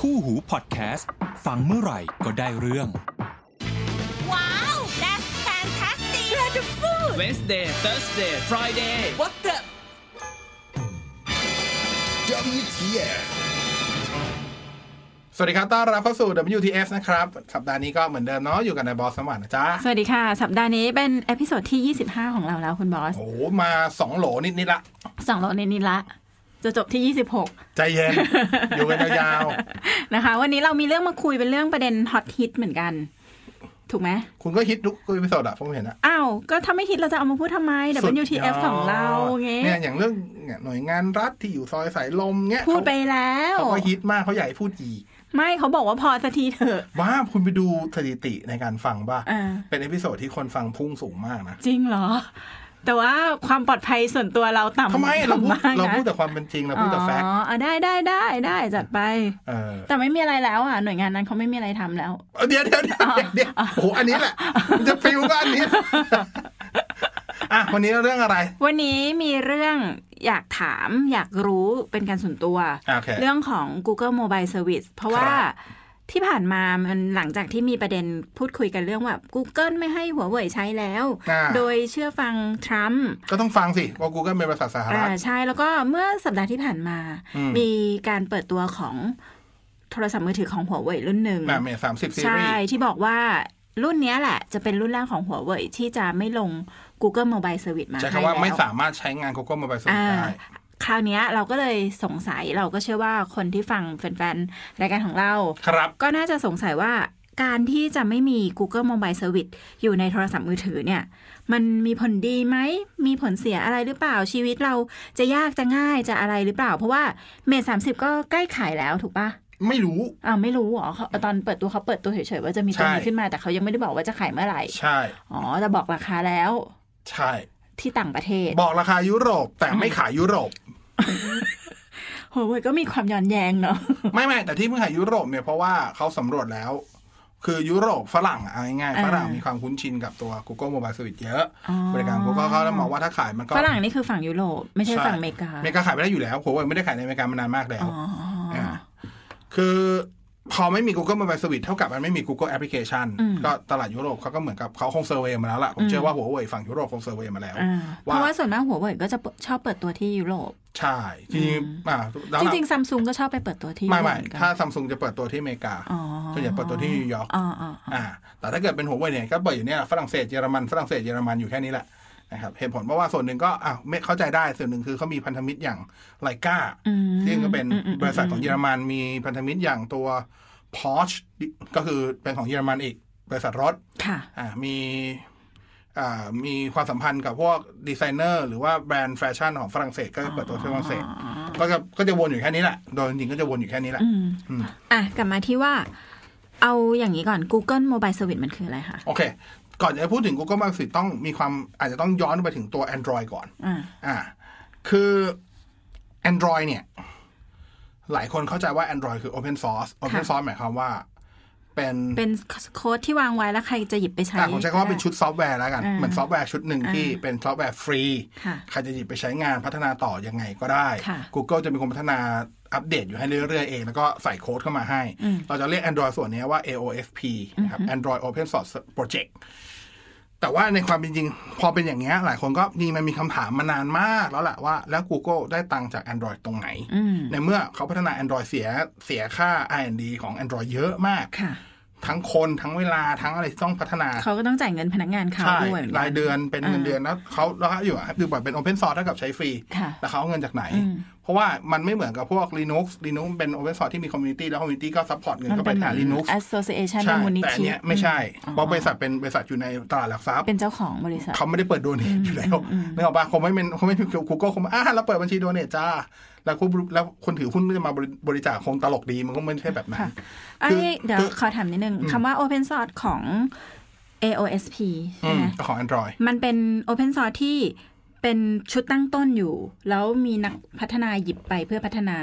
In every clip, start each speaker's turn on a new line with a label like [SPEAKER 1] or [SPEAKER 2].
[SPEAKER 1] คู่หูพอดแคสต์ ฟังเมื่อไหร่ก็ได้เรื่อง
[SPEAKER 2] Wow, that's fantastic! Wonderful!
[SPEAKER 3] Wednesday, Thursday, Friday
[SPEAKER 2] What the?
[SPEAKER 4] WTF สวัสดีครับต้อนรับเข้าสู่ WTF นะครับ สัปดาห์นี้ก็เหมือนเดิมเนาะ อยู่กับนายบอสสมานนะจ๊ะ
[SPEAKER 5] สวัสดีค่ะ สัปดาห์นี้เป็นเอพิโซดที่ 25 ของเราแล้วคุณบอส
[SPEAKER 4] โอ้โหมา 2 โหลนิดนิดๆละ
[SPEAKER 5] สองโลในนี้ละ จะจบที่ 26
[SPEAKER 4] ใจ เย็น อยู่กันยาว
[SPEAKER 5] นะคะ วันนี้เรามีเรื่องมาคุยเป็นเรื่องประเด็นฮอตฮิตเหมือนกัน ถูกไหม
[SPEAKER 4] ๆ คุณก็ฮิตทุกอีพิโซดอะผมเห็นอะ
[SPEAKER 5] อ้าว ก็ถ้าไม่ฮิตเราจะเอามาพูดทำไม
[SPEAKER 4] สุดยด
[SPEAKER 5] WTF ของเราเงี้ย
[SPEAKER 4] เนี่ยอย่างเรื่องเนี่ยหน่วยงานรัฐที่อยู่ซอยสายลมเนี่ย
[SPEAKER 5] พูดไปแล้ว
[SPEAKER 4] เขาก็ฮิตมากเขาอยากให้พูดอีก
[SPEAKER 5] ไม่เขาบอกว่าพอสักทีเถอะ
[SPEAKER 4] ว่าคุณไปดูสถิติในการฟังป่ะ
[SPEAKER 5] อ่า
[SPEAKER 4] เป็นเอพิโซดที่คนฟังพุ่งสูงมากนะ
[SPEAKER 5] จริงเหรอ แต่ว่าความปลอดภัยส่วนตัวเราต่ำ
[SPEAKER 4] ทำไมเราพูด
[SPEAKER 5] ต่ำกนะ
[SPEAKER 4] เราพูดแต่ความเป็นจริงเราพูดแต่แฟกต์
[SPEAKER 5] อ๋ออ่ะได้ได้ได้ได้จัดไป
[SPEAKER 4] เออ
[SPEAKER 5] แต่ไม่มีอะไรแล้วอ่ะหน่วยงานนั้นเขาไม่มีอะไรทำแล้ว
[SPEAKER 4] เดี๋ยวเดี๋ยวเดี๋ยวเดี๋ยวเดี๋ยวโอ้โหอันนี้แหละมันจะฟิวก็อันนี้ อ่ะ วันนี้เรื่องอะไร
[SPEAKER 5] วันนี้มีเรื่องอยากถามอยากรู้เป็นการส่วนตัว
[SPEAKER 4] โอเค
[SPEAKER 5] เรื่องของ Google Mobile Service เพราะว่า
[SPEAKER 4] ครับ
[SPEAKER 5] ที่ผ่านมามันหลังจากที่มีประเด็นพูดคุยกันเรื่องแบบ Google ไม่ให้หัวเว่ยใช้แล้ว
[SPEAKER 4] อ่ะ
[SPEAKER 5] โดยเชื่อฟังทรัมป์
[SPEAKER 4] ก็ต้องฟังสิว่ากูก็เป็นภาษาสหรัฐ
[SPEAKER 5] อ่าใช่แล้วก็เมื่อสัปดาห์ที่ผ่านมา
[SPEAKER 4] อืม
[SPEAKER 5] มีการเปิดตัวของโทรศัพท์มือถือของหัวเว่ยรุ่นหนึ่ง
[SPEAKER 4] แบบเมสามสิบซี
[SPEAKER 5] ใช่
[SPEAKER 4] รีส์
[SPEAKER 5] ที่บอกว่ารุ่นเนี้ยแหละ จะเป็นรุ่นแรกของหัวเว่ยที่จะไม่ลง Google Mobile Service มา
[SPEAKER 4] ใช้
[SPEAKER 5] ให้
[SPEAKER 4] คำว่า
[SPEAKER 5] แล้ว
[SPEAKER 4] ไม่สามารถใช้งาน Google Mobile Service
[SPEAKER 5] อ่า
[SPEAKER 4] ได้
[SPEAKER 5] คราวเนี้ยเราก็เลยสงสัยเราก็เชื่อว่าคนที่ฟังแฟนๆ รายการของเรา
[SPEAKER 4] ครับ
[SPEAKER 5] ก็น่าจะสงสัยว่าการที่จะไม่มี Google Mobile Service อยู่ในโทรศัพท์มือถือเนี่ย มันมีผลดีไหม มีผลเสียอะไรหรือเปล่าชีวิตเราจะยากจะง่ายจะอะไรหรือเปล่า เพราะว่าเมษสามสิบก็ใกล้ขายแล้วถูกปะ
[SPEAKER 4] ไม่รู้
[SPEAKER 5] อ้าวไม่รู้เหรอเขาตอนเปิดตัวเขาเปิดตัวเฉยๆว่าจะมีตัวนี้
[SPEAKER 4] ใช่
[SPEAKER 5] ขึ้นมาแต่เขายังไม่ได้บอกว่าจะขายเมื่อไหร่
[SPEAKER 4] ใช่
[SPEAKER 5] อ๋อแต่บอกราคาแล้ว
[SPEAKER 4] ใช่
[SPEAKER 5] ที่ต่างประเทศ
[SPEAKER 4] บอกราคายุโรป แต่ไม่ขายยุโรป
[SPEAKER 5] โหเว้ยก็มีความย้อนแยงเนาะ
[SPEAKER 4] ไม่ไม่แต่ที่เพิ่งขายยุโรปเนี่ยเพราะว่าเขาสำรวจแล้ว คือยุโรปฝรั่งอะเอาง่ายๆฝรั่ง
[SPEAKER 5] อ่ามี
[SPEAKER 4] มีความคุ้นชินกับตัว Google Mobile Service เยอะ
[SPEAKER 5] อ๋อ
[SPEAKER 4] บริการ Google เขาแล้วมองว่าถ้าขายมันก็
[SPEAKER 5] ฝรั่งนี่คือฝั่งยุโรปไม่ใช่ฝั่งอเมริกา
[SPEAKER 4] อเมริกาขายไม่ได้อยู่แล้วโหเว่ยไม่ได้ขายในอเมริกามานานมากแล้ว
[SPEAKER 5] อ๋ออ่า
[SPEAKER 4] าคือพอไม่มี Google Mobile Service เท่ากับมันไม่มี Google Application
[SPEAKER 5] อืม
[SPEAKER 4] ก็ตลาดยุโรปเขาก็เหมือนกับเขาคงเซอร์เวย์มาแล้วล่ะ ผมเชื่อว่าหัวเว่ยฝั่งยุโรปคงเซอร์เวย์มาแล้ว
[SPEAKER 5] อ่าเพ
[SPEAKER 4] ว่า
[SPEAKER 5] ราะว่าส่วนมากหัวเว่ยก็จะชอบเปิดตัวที่ยุโรป
[SPEAKER 4] ใช่จริงๆอ่าแล้ว
[SPEAKER 5] จริงๆซัมซุงก็ชอบไปเปิดตัวที่ยุ
[SPEAKER 4] ไม่
[SPEAKER 5] โรป
[SPEAKER 4] ไม่
[SPEAKER 5] เหอนกัน
[SPEAKER 4] ถ้าซัมซุงจะเปิดตัวที่อเมริกา
[SPEAKER 5] อ๋อ
[SPEAKER 4] ส่วนใหญ่เปิดตัวที่นิวยอร์ก
[SPEAKER 5] อ๋ออ๋ออ๋อ
[SPEAKER 4] อ่า แต่ถ้าเกิดเป็นหัวเว่ยเนี่ยก็เปิดอยู่เนี่ยฝรั่งเศสเยอรมันฝรั่งเศสเยอรมันอยู่แค่นี้แหละนะครับเหตุผลเพราะว่าส่วนหนึ่งก็อ่ะไม่เข้าใจได้ส่วนหนึ่งคือเขามีพันธมิตรอย่างไลกา
[SPEAKER 5] อืม
[SPEAKER 4] ซึ่งก็เป็น
[SPEAKER 5] อืมอืม
[SPEAKER 4] บริษัทของเยอรมันมีพันธมิตรอย่างตัว Porsche ก็คือเป็นของเยอรมันอีก บริษัทรถ
[SPEAKER 5] ค่ะ
[SPEAKER 4] อ่ามีอ่ามีความสัมพันธ์กับพวกดีไซเนอร์หรือว่าแบรนด์แฟชั่นของฝรั่งเศสก็จะเปิดตัวที่ฝรั่งเศสก็จะก็จะวนอยู่แค่นี้แหละ โดยจริงๆก็จะวนอยู่แค่นี้แหละ
[SPEAKER 5] อืม
[SPEAKER 4] อืม
[SPEAKER 5] อ่ะ กลับมาที่ว่า เอาอย่างนี้ก่อน Google Mobile Service มันคืออะไรคะ
[SPEAKER 4] โอเค ก่อนจะพูดถึง Google Mobile Service ต้องมีความอาจจะต้องย้อนไปถึงตัว Android ก่อน
[SPEAKER 5] อ่า
[SPEAKER 4] อ่า คือ Android เนี่ย หลายคนเข้าใจว่า Android คือ Open Source Open Source หมายความว่า เป็น
[SPEAKER 5] เป็นโค้ดที่วางไว้แล้วใครจะหยิบไปใช้
[SPEAKER 4] อ่ะผมใช้คำว่าเป็นชุดซอฟต์แวร์แล้วกัน
[SPEAKER 5] อ่า
[SPEAKER 4] เหมือนซอฟต์แวร์ชุดหนึ่งที่เป็นซอฟต์แวร์ฟรี
[SPEAKER 5] ค่ะ
[SPEAKER 4] ใครจะหยิบไปใช้งานพัฒนาต่อยังไงก็ได้
[SPEAKER 5] ค่ะ
[SPEAKER 4] Google จะเป็นคนพัฒนาอัปเดตอยู่ให้เรื่อยๆเอง แล้วก็ใส่โค้ดเข้ามาให้ เราจะเรียก Android ส่วนนี้ว่า AOSP นะครับ Android Open Source Project แต่ว่าในความเป็นจริง พอเป็นอย่างเงี้ยหลายคนก็นี่มันมีคำถามมานานมากแล้วแหละว่าแล้ว Google ได้ตังค์จาก Android ตรงไหน
[SPEAKER 5] อืม
[SPEAKER 4] ในเมื่อเขาพัฒนา Android เสียเสียค่า R&D ของ Android เยอะมาก
[SPEAKER 5] ค่ะ
[SPEAKER 4] ทั้งคนทั้งเวลาทั้งอะไรที่ต้องพัฒนา
[SPEAKER 5] เขาก็ต้องจ่ายเงินพนักงานเขา
[SPEAKER 4] ใช่
[SPEAKER 5] ด้วยหมืกั
[SPEAKER 4] รายเดือนเป็นเงินเดือนแล้วเขาแล้วเขาอยู่ดูแบบเป็น Open Source เท่ากับใช้ฟรี
[SPEAKER 5] ค่ะ
[SPEAKER 4] แล้วเขาเอาเงินจากไหน
[SPEAKER 5] อืม
[SPEAKER 4] เพราะว่ามันไม่เหมือนกับพวก Linux Linux เป็น Open Source ที่มี Community แล้ว Community ก็ซัพพอร์ตเงิน
[SPEAKER 5] มัน
[SPEAKER 4] เข้าไป
[SPEAKER 5] เป็นเหมื
[SPEAKER 4] หา
[SPEAKER 5] อน
[SPEAKER 4] Linux
[SPEAKER 5] Association
[SPEAKER 4] ใช่
[SPEAKER 5] เป็นมูลนิธิ
[SPEAKER 4] แต่อันเนี้ยไม่ใช่
[SPEAKER 5] อืม
[SPEAKER 4] เพราะบริษัทเป็นบริษัทอยู่ในตลาดหลักทรัพย์
[SPEAKER 5] เป็นเจ้าของบริษัท
[SPEAKER 4] เขาไม่ได้เปิดโดเนทอยู่แล้วนึกออกปะคงไม่เป็นคงไม่เป็นกูเกิลคงอ่ะเราเปิดบัญชีโดเนทจ้าแล้วคุณแล้วคนถือหุ้นก็จะมาบริบริจาคคงตลกดีมันก็ไม่ใช่แบบนั้น
[SPEAKER 5] ค่ะ เอ้
[SPEAKER 4] คือย
[SPEAKER 5] เดี๋ยว
[SPEAKER 4] คือ
[SPEAKER 5] ขอถามนิดนึงคำว่า Open Source ของ AOSP ใช่
[SPEAKER 4] อืม
[SPEAKER 5] ไหม
[SPEAKER 4] ก็ของ Android
[SPEAKER 5] มันเป็น Open Source ที่เป็นชุดตั้งต้นอยู่ แล้วมีนักพัฒนาหยิบไปเพื่อพัฒนา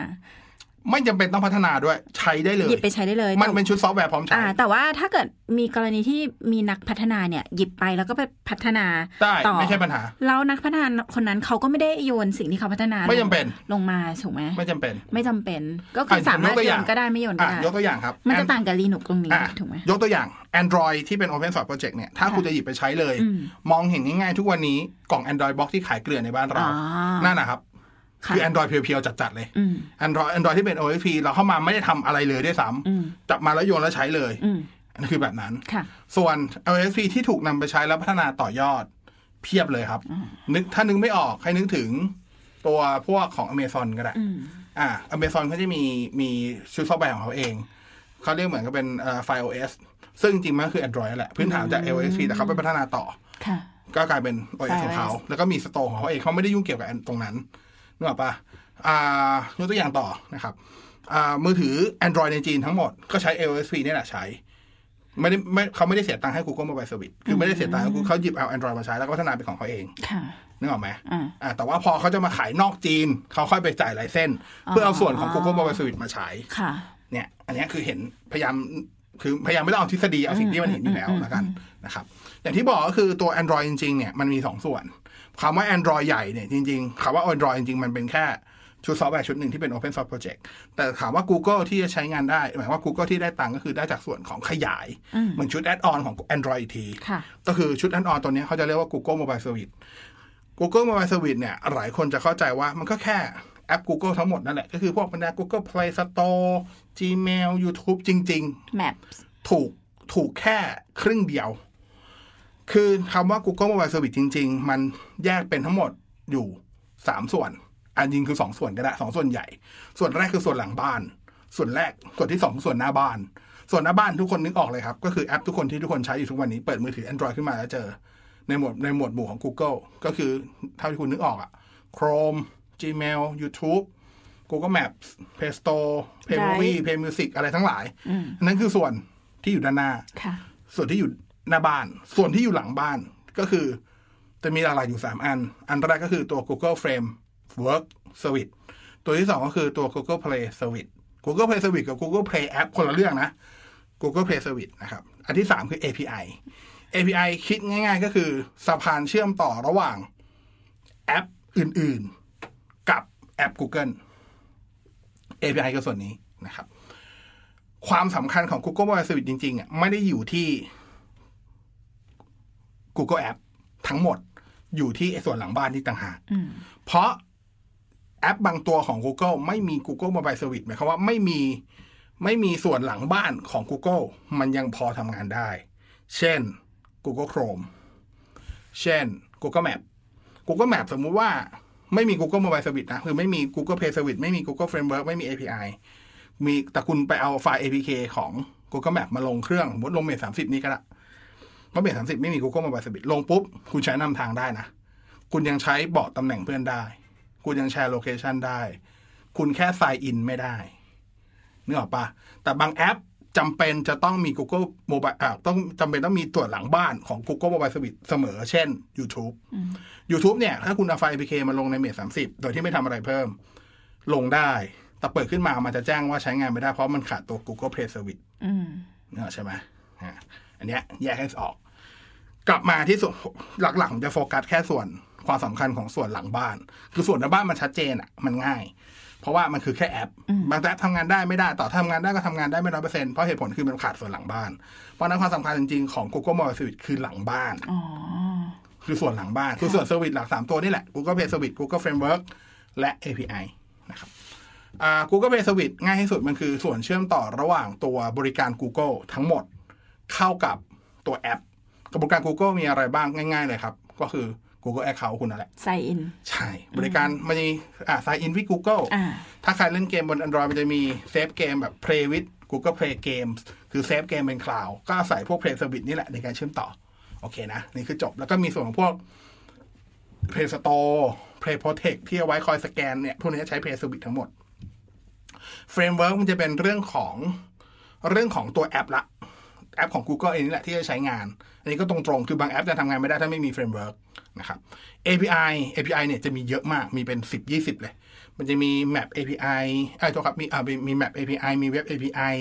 [SPEAKER 4] ไม่จำเป็นต้องพัฒนาด้วย ใช้ได้เลย
[SPEAKER 5] หยิบไปใช้ได้เลย
[SPEAKER 4] มัน
[SPEAKER 5] แต่
[SPEAKER 4] เป็นชุดซอฟต์แวร์พร้อมใช้
[SPEAKER 5] อ่า แต่ว่าถ้าเกิดมีกรณีที่มีนักพัฒนาเนี่ยหยิบไปแล้วก็ไปพัฒนา
[SPEAKER 4] ได้
[SPEAKER 5] ต่อ
[SPEAKER 4] ไม่ใช่ปัญหา
[SPEAKER 5] แล้วนักพัฒนาคนนั้นเขาก็ไม่ได้โยนสิ่งที่เขาพัฒนา
[SPEAKER 4] ไม่จำเป็น
[SPEAKER 5] ลงมาถูกไหม
[SPEAKER 4] ไม่จำเป็น
[SPEAKER 5] ไม่จำเป็น ก็คืออะ สามารถ
[SPEAKER 4] กตัว
[SPEAKER 5] โย
[SPEAKER 4] อง
[SPEAKER 5] นก็ได้ไม่โยนก็
[SPEAKER 4] อ่ะ
[SPEAKER 5] ได้
[SPEAKER 4] ยกตัวอย่างครับ
[SPEAKER 5] มันจะ
[SPEAKER 4] แอ
[SPEAKER 5] ต่างกับลีนุกตรงนี้
[SPEAKER 4] อ่ะ
[SPEAKER 5] ถูกไหม
[SPEAKER 4] ยกตัวอย่าง Android ที่เป็น Open Source Project เนี่ย ถ้า
[SPEAKER 5] ค่ะ
[SPEAKER 4] คุณจะหยิบไปใช้เลย
[SPEAKER 5] อืม
[SPEAKER 4] มองเห็นง่ายๆทุกวันนี้กล่อง Android Box ที่ขายเกลือในบ้าน
[SPEAKER 5] อ๋
[SPEAKER 4] เรา
[SPEAKER 5] อ
[SPEAKER 4] นั่นนะครับ
[SPEAKER 5] ะ
[SPEAKER 4] คือ Android เพียวๆจัดๆเลย
[SPEAKER 5] อืม
[SPEAKER 4] Android Android ที่เป็น OSP เราเข้ามาไม่ได้ทำอะไรเลยด้วยซ้
[SPEAKER 5] อืม
[SPEAKER 4] ำจับมาแล้วโยนแล้วใช้เลย
[SPEAKER 5] อืม
[SPEAKER 4] อันนนคือแบบนั้น
[SPEAKER 5] ค่ะ
[SPEAKER 4] ส่วน LSP ที่ถูกนำไปใช้แล้วพัฒนาต่อยอด เพียบเลยครับ นึกถ้านึกไม่ออกให้นึกถึงตัวพวกของ Amazon ก็ได้
[SPEAKER 5] อืม
[SPEAKER 4] อ่า Amazon เขาจะมีมีชุดซอฟต์แวร์ของเขาเอง เขาเรียกเหมือนกับเป็นไฟล์ OS ซึ่งจริงๆมันก็คือ Android นั่นแหละ พื้นฐานจาก LSP แต่เขาไปพัฒนาต่อ
[SPEAKER 5] ค่ะ
[SPEAKER 4] ก็กลายเป็น OS ของเขา แล้วก็มีสโตร์ของเขาเองเขาไม่ได้ยุ่งเกี่ยวกับตรงนั้นนึกออกปะอ่ายกตัวอย่างต่อนะครับอ่ามือถือ Android ในจีนทั้งหมดก็ใช้ LSP เนี่ยแหละใช้ ไม่ได้ไม่เขาไม่ได้เสียตังค์ให้ Google Mobile Service คือไม่ได้เสียตังค์ให้ Google เขาหยิบเอา Android มาใช้แล้วก็พัฒนาเป็นของเขาเอง
[SPEAKER 5] ค่ะ
[SPEAKER 4] นึกออกไหม
[SPEAKER 5] อ่า
[SPEAKER 4] อ่าแต่ว่าพอเขาจะมาขายนอกจีน เขาค่อยไปจ่ายไลเซนส์เพื่อเอาส่วนของ Google Mobile Service มาใช้
[SPEAKER 5] ค่ะ
[SPEAKER 4] เนี่ย อันเนี้ยคือเห็นพยายามคือพยายามไม่ต้องเอาทฤษฎีเอาสิ่งที่มันเห็นอยู่แล้วแล้วกันนะครับ อย่างที่บอกก็คือตัว Android จริงๆเนี่ยมันมี 2 ส่วนคำว่า Android ใหญ่เนี่ยจริงๆคำว่า Android จริงๆ มันเป็นแค่ชุดซอฟต์แวร์ชุดหนึ่งที่เป็น Open Source Project แต่ถามว่า Google ที่จะใช้งานได้ หมายความว่า Google ที่ได้ตังค์ก็คือได้จากส่วนของขยาย เหมือนชุดแอดออนของ Android อีกที
[SPEAKER 5] ค่ะ
[SPEAKER 4] ก็คือชุดแอดออนตัวเนี้ยเขาจะเรียกว่า Google Mobile Service Google Mobile Service เนี่ย หลายคนจะเข้าใจว่ามันก็แค่แอป Google ทั้งหมดนั่นแหละ ก็คือพวกบรรดา Google Play Store Gmail YouTube จริง
[SPEAKER 5] Maps
[SPEAKER 4] ๆ ถูกถูกแค่ครึ่งเดียว คือคำว่า Google Mobile Service จริง ๆ มันแยกเป็นทั้งหมดอยู่ 3 ส่วน อันจริงคือ 2 ส่วนก็ได้สองส่วนใหญ่ ส่วนแรกคือส่วนหลังบ้าน ส่วนแรกส่วนที่ 2 ส่วนหน้าบ้าน ส่วนหน้าบ้านทุกคนนึกออกเลยครับ ก็คือแอปทุกคนที่ทุกคนใช้อยู่ทุกวันนี้เปิดมือถือ Android ขึ้นมาแล้วเจอ ในหมวดในหมวดหมู่ของ Google ก็คือเท่าที่คุณนึกออกอะ Chrome Gmail YouTube Google Maps Play Store Play Movie Play Music อะไรทั้งหลายอันนั้นคือส่วนที่อยู่ด้านหน้า
[SPEAKER 5] ค่ะ
[SPEAKER 4] ส่วนที่อยู่หน้าบ้าน ส่วนที่อยู่หลังบ้านก็คือ จะมีหลักๆอยู่ 3 อัน อันแรกก็คือตัว Google Frame Work Service ตัวที่ 2 ก็คือตัว Google Play Service Google Play Service กับ Google Play App คนละเรื่องนะ Google Play Service นะครับ อันที่ 3 คือ API API คิดง่ายๆ ก็คือสะพานเชื่อมต่อระหว่างแอปอื่นๆ กับแอป Google API ก็ส่วนนี้นะครับ ความสำคัญของ Google Mobile Service จริงๆอ่ะไม่ได้อยู่ที่ Google App ทั้งหมดอยู่ที่ไอ้ส่วนหลังบ้านนี่ต่างหากเพราะแอปบางตัวของ Google ไม่มี Google Mobile Service หมายความว่าไม่มีไม่มีส่วนหลังบ้านของ Google มันยังพอทำงานได้ เช่น Google Chrome เช่น Google Map Google Map สมมุติว่าไม่มี Google Mobile Service นะ คือไม่มี Google Play Service ไม่มี Google Framework ไม่มี API มีแต่คุณไปเอาไฟล์ APK ของ Google Map มาลงเครื่องสมมติลงเมทสามสิบนี้ก็ได้เพราะเมทสามสิบไม่มี Google Mobile Service ลงปุ๊บ คุณใช้นำทางได้นะ คุณยังใช้บอกตำแหน่งเพื่อนได้ คุณยังแชร์โลเคชันได้ คุณแค่ไซน์อินไม่ได้นึกออกปะแต่บางแอปจำเป็นจะต้องมี Google Mobile อ่าต้องจำเป็นต้องมีตัวหลังบ้านของ Google Mobile Service เสมอ เช่น YouTube YouTube เนี่ย ถ้าคุณเอาไฟล์ APK มาลงในเมทสามสิบโดยที่ไม่ทำอะไรเพิ่ม ลงได้ แต่เปิดขึ้นมามันจะแจ้งว่าใช้งานไม่ได้เพราะมันขาดตัว Google Play Service
[SPEAKER 5] อืม
[SPEAKER 4] เนกอะใช่ไหมอ่ะอันเนี้ยแยกให้ออก กลับมาที่ส่วนหลักๆผมจะโฟกัสแค่ส่วนความสำคัญของส่วนหลังบ้าน คือส่วนหน้าบ้านมันชัดเจนอ่ะ มันง่าย เพราะว่ามันคือแค่แอป บางแอปทำงานได้ไม่ได้ ต่อทำงานได้ก็ทำงานได้ไม่ร้อยเปอร์เซ็นต์เพราะเหตุผลคือมันขาดส่วนหลังบ้าน เพราะฉะนั้นความสำคัญจริงๆของ Google Mobile Service คือหลังบ้าน
[SPEAKER 5] อ๋อ
[SPEAKER 4] คือส่วนหลังบ้าน คือส่วนเซอร์วิสหลัก 3 ตัวนี่แหละ Google Play Service Google Framework และ API นะครับอ่า Google Play Service ง่ายที่สุดมันคือส่วนเชื่อมต่อระหว่างตัวบริการ Google ทั้งหมดเข้ากับตัวแอป กระบวนการ Google มีอะไรบ้างง่ายๆเลยครับ ก็คือ Google Account คุณนั่นแหละ
[SPEAKER 5] ไซอิน
[SPEAKER 4] ใช่ บริการมันมีอ่า sign in with Google
[SPEAKER 5] อ่า
[SPEAKER 4] ถ้าใครเล่นเกมบน Android มันจะมีเซฟเกมแบบ Play with Google Play Games คือเซฟเกมเป็นคลาวด์ก็อาศัยพวก Play Service นี่แหละในการเชื่อมต่อ โอเคนะ นี่คือจบแล้วก็มีส่วนของพวก Play Store Play Protect ที่เอาไว้คอยสแกนเนี่ย พวกนี้ใช้ Play Service ทั้งหมด Framework มันจะเป็นเรื่องของเรื่องของตัวแอปละ แอปของ Google เองนี่แหละที่จะใช้งาน อันนี้ก็ตรงๆ คือบางแอปจะทำงานไม่ได้ถ้าไม่มีเฟรมเวิร์กนะครับ API API เนี่ยจะมีเยอะมาก มีเป็น 10 20 เลย มันจะมี Map API ไอ้ยโทษครับมีอ่ามีมี Map API มี Web API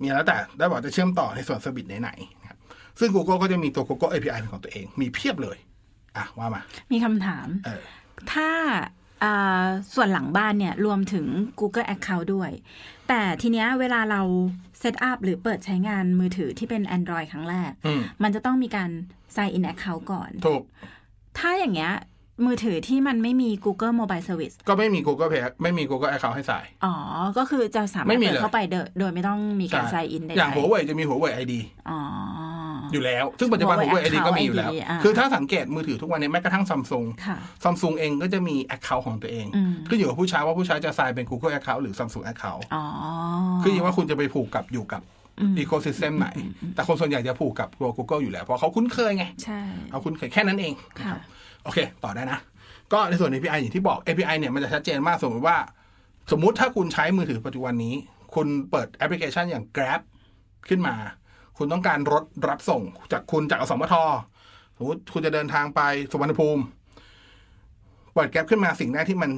[SPEAKER 4] มีแล้วแต่ได้บอกจะเชื่อมต่อในส่วนเซอร์วิสไหนๆนะครับซึ่ง Google ก็จะมีตัว Google API เป็นของตัวเอง มีเพียบเลย อ่ะ ว่ามา
[SPEAKER 5] มีคำถาม
[SPEAKER 4] เออ
[SPEAKER 5] ถ้าเอ่อส่วนหลังบ้านเนี่ย รวมถึง Google Account ด้วย แต่ทีเนี้ยเวลาเราเซตอัพหรือเปิดใช้งานมือถือที่เป็น Android ครั้งแรก
[SPEAKER 4] อืม
[SPEAKER 5] มันจะต้องมีการ sign in account ก่อน
[SPEAKER 4] ถูก
[SPEAKER 5] ถ้าอย่างเงี้ย มือถือที่มันไม่มี Google Mobile Service
[SPEAKER 4] ก็ไม่มี Google Pay ไม่มี Google Account ให้ใส่
[SPEAKER 5] อ๋อ ก็คือจะสามาร
[SPEAKER 4] ไม่
[SPEAKER 5] ถ
[SPEAKER 4] มี
[SPEAKER 5] เปิด
[SPEAKER 4] เลย
[SPEAKER 5] เข้าไปเดอะโดยไม่ต้องมีการ sign in ใดๆ
[SPEAKER 4] อย่าง Huawei จะมี Huawei ID
[SPEAKER 5] อ๋อ
[SPEAKER 4] อยู่แล้ว ซึ่งปัจจุบัน
[SPEAKER 5] Huawei
[SPEAKER 4] Huawei ID
[SPEAKER 5] Account
[SPEAKER 4] ก็มีอยู่แล้ว
[SPEAKER 5] ID อ่ะ
[SPEAKER 4] คือถ้าสังเกตมือถือทุกวันนี้แม้กระทั่งซัมซุง
[SPEAKER 5] ค่ะ
[SPEAKER 4] ซัมซุงเองก็จะมี Account ของตัวเอง
[SPEAKER 5] อืม
[SPEAKER 4] ขึ้นอยู่กับผู้ใช้ว่าผู้ใช้จะใส่เป็น Google Account หรือ Samsung Account
[SPEAKER 5] อ๋อ
[SPEAKER 4] ขึ้นอยู่ว่าคุณจะไปผูกกับอยู่กับ
[SPEAKER 5] อืม
[SPEAKER 4] อีโคซิสเต็มไหน แต่คนส่วนใหญ่จะผูกกับตัว Google อยู่แล้ว เพราะเขาคุ้นเคยไง
[SPEAKER 5] ใช่
[SPEAKER 4] เขาคุ้นเคยแค่นั้นเองนะค
[SPEAKER 5] ค่ะ
[SPEAKER 4] รับโอเค ต่อได้นะ ก็ในส่วน API อย่างที่บอก API เนี่ยมันจะชัดเจนมากสมมติว่า สมมุติถ้าคุณใช้มือถือปัจจุบันนี้ คุณเปิดแอปพลิเคชันอย่าง Grab ขึ้นมา คุณต้องการรถรับส่งจากคุณจากอสมทสมมติคุณจะเดินทางไปสุวรรณภูมิ เปิดแกร็บขึ้นมาสิ่งแรกที่มัน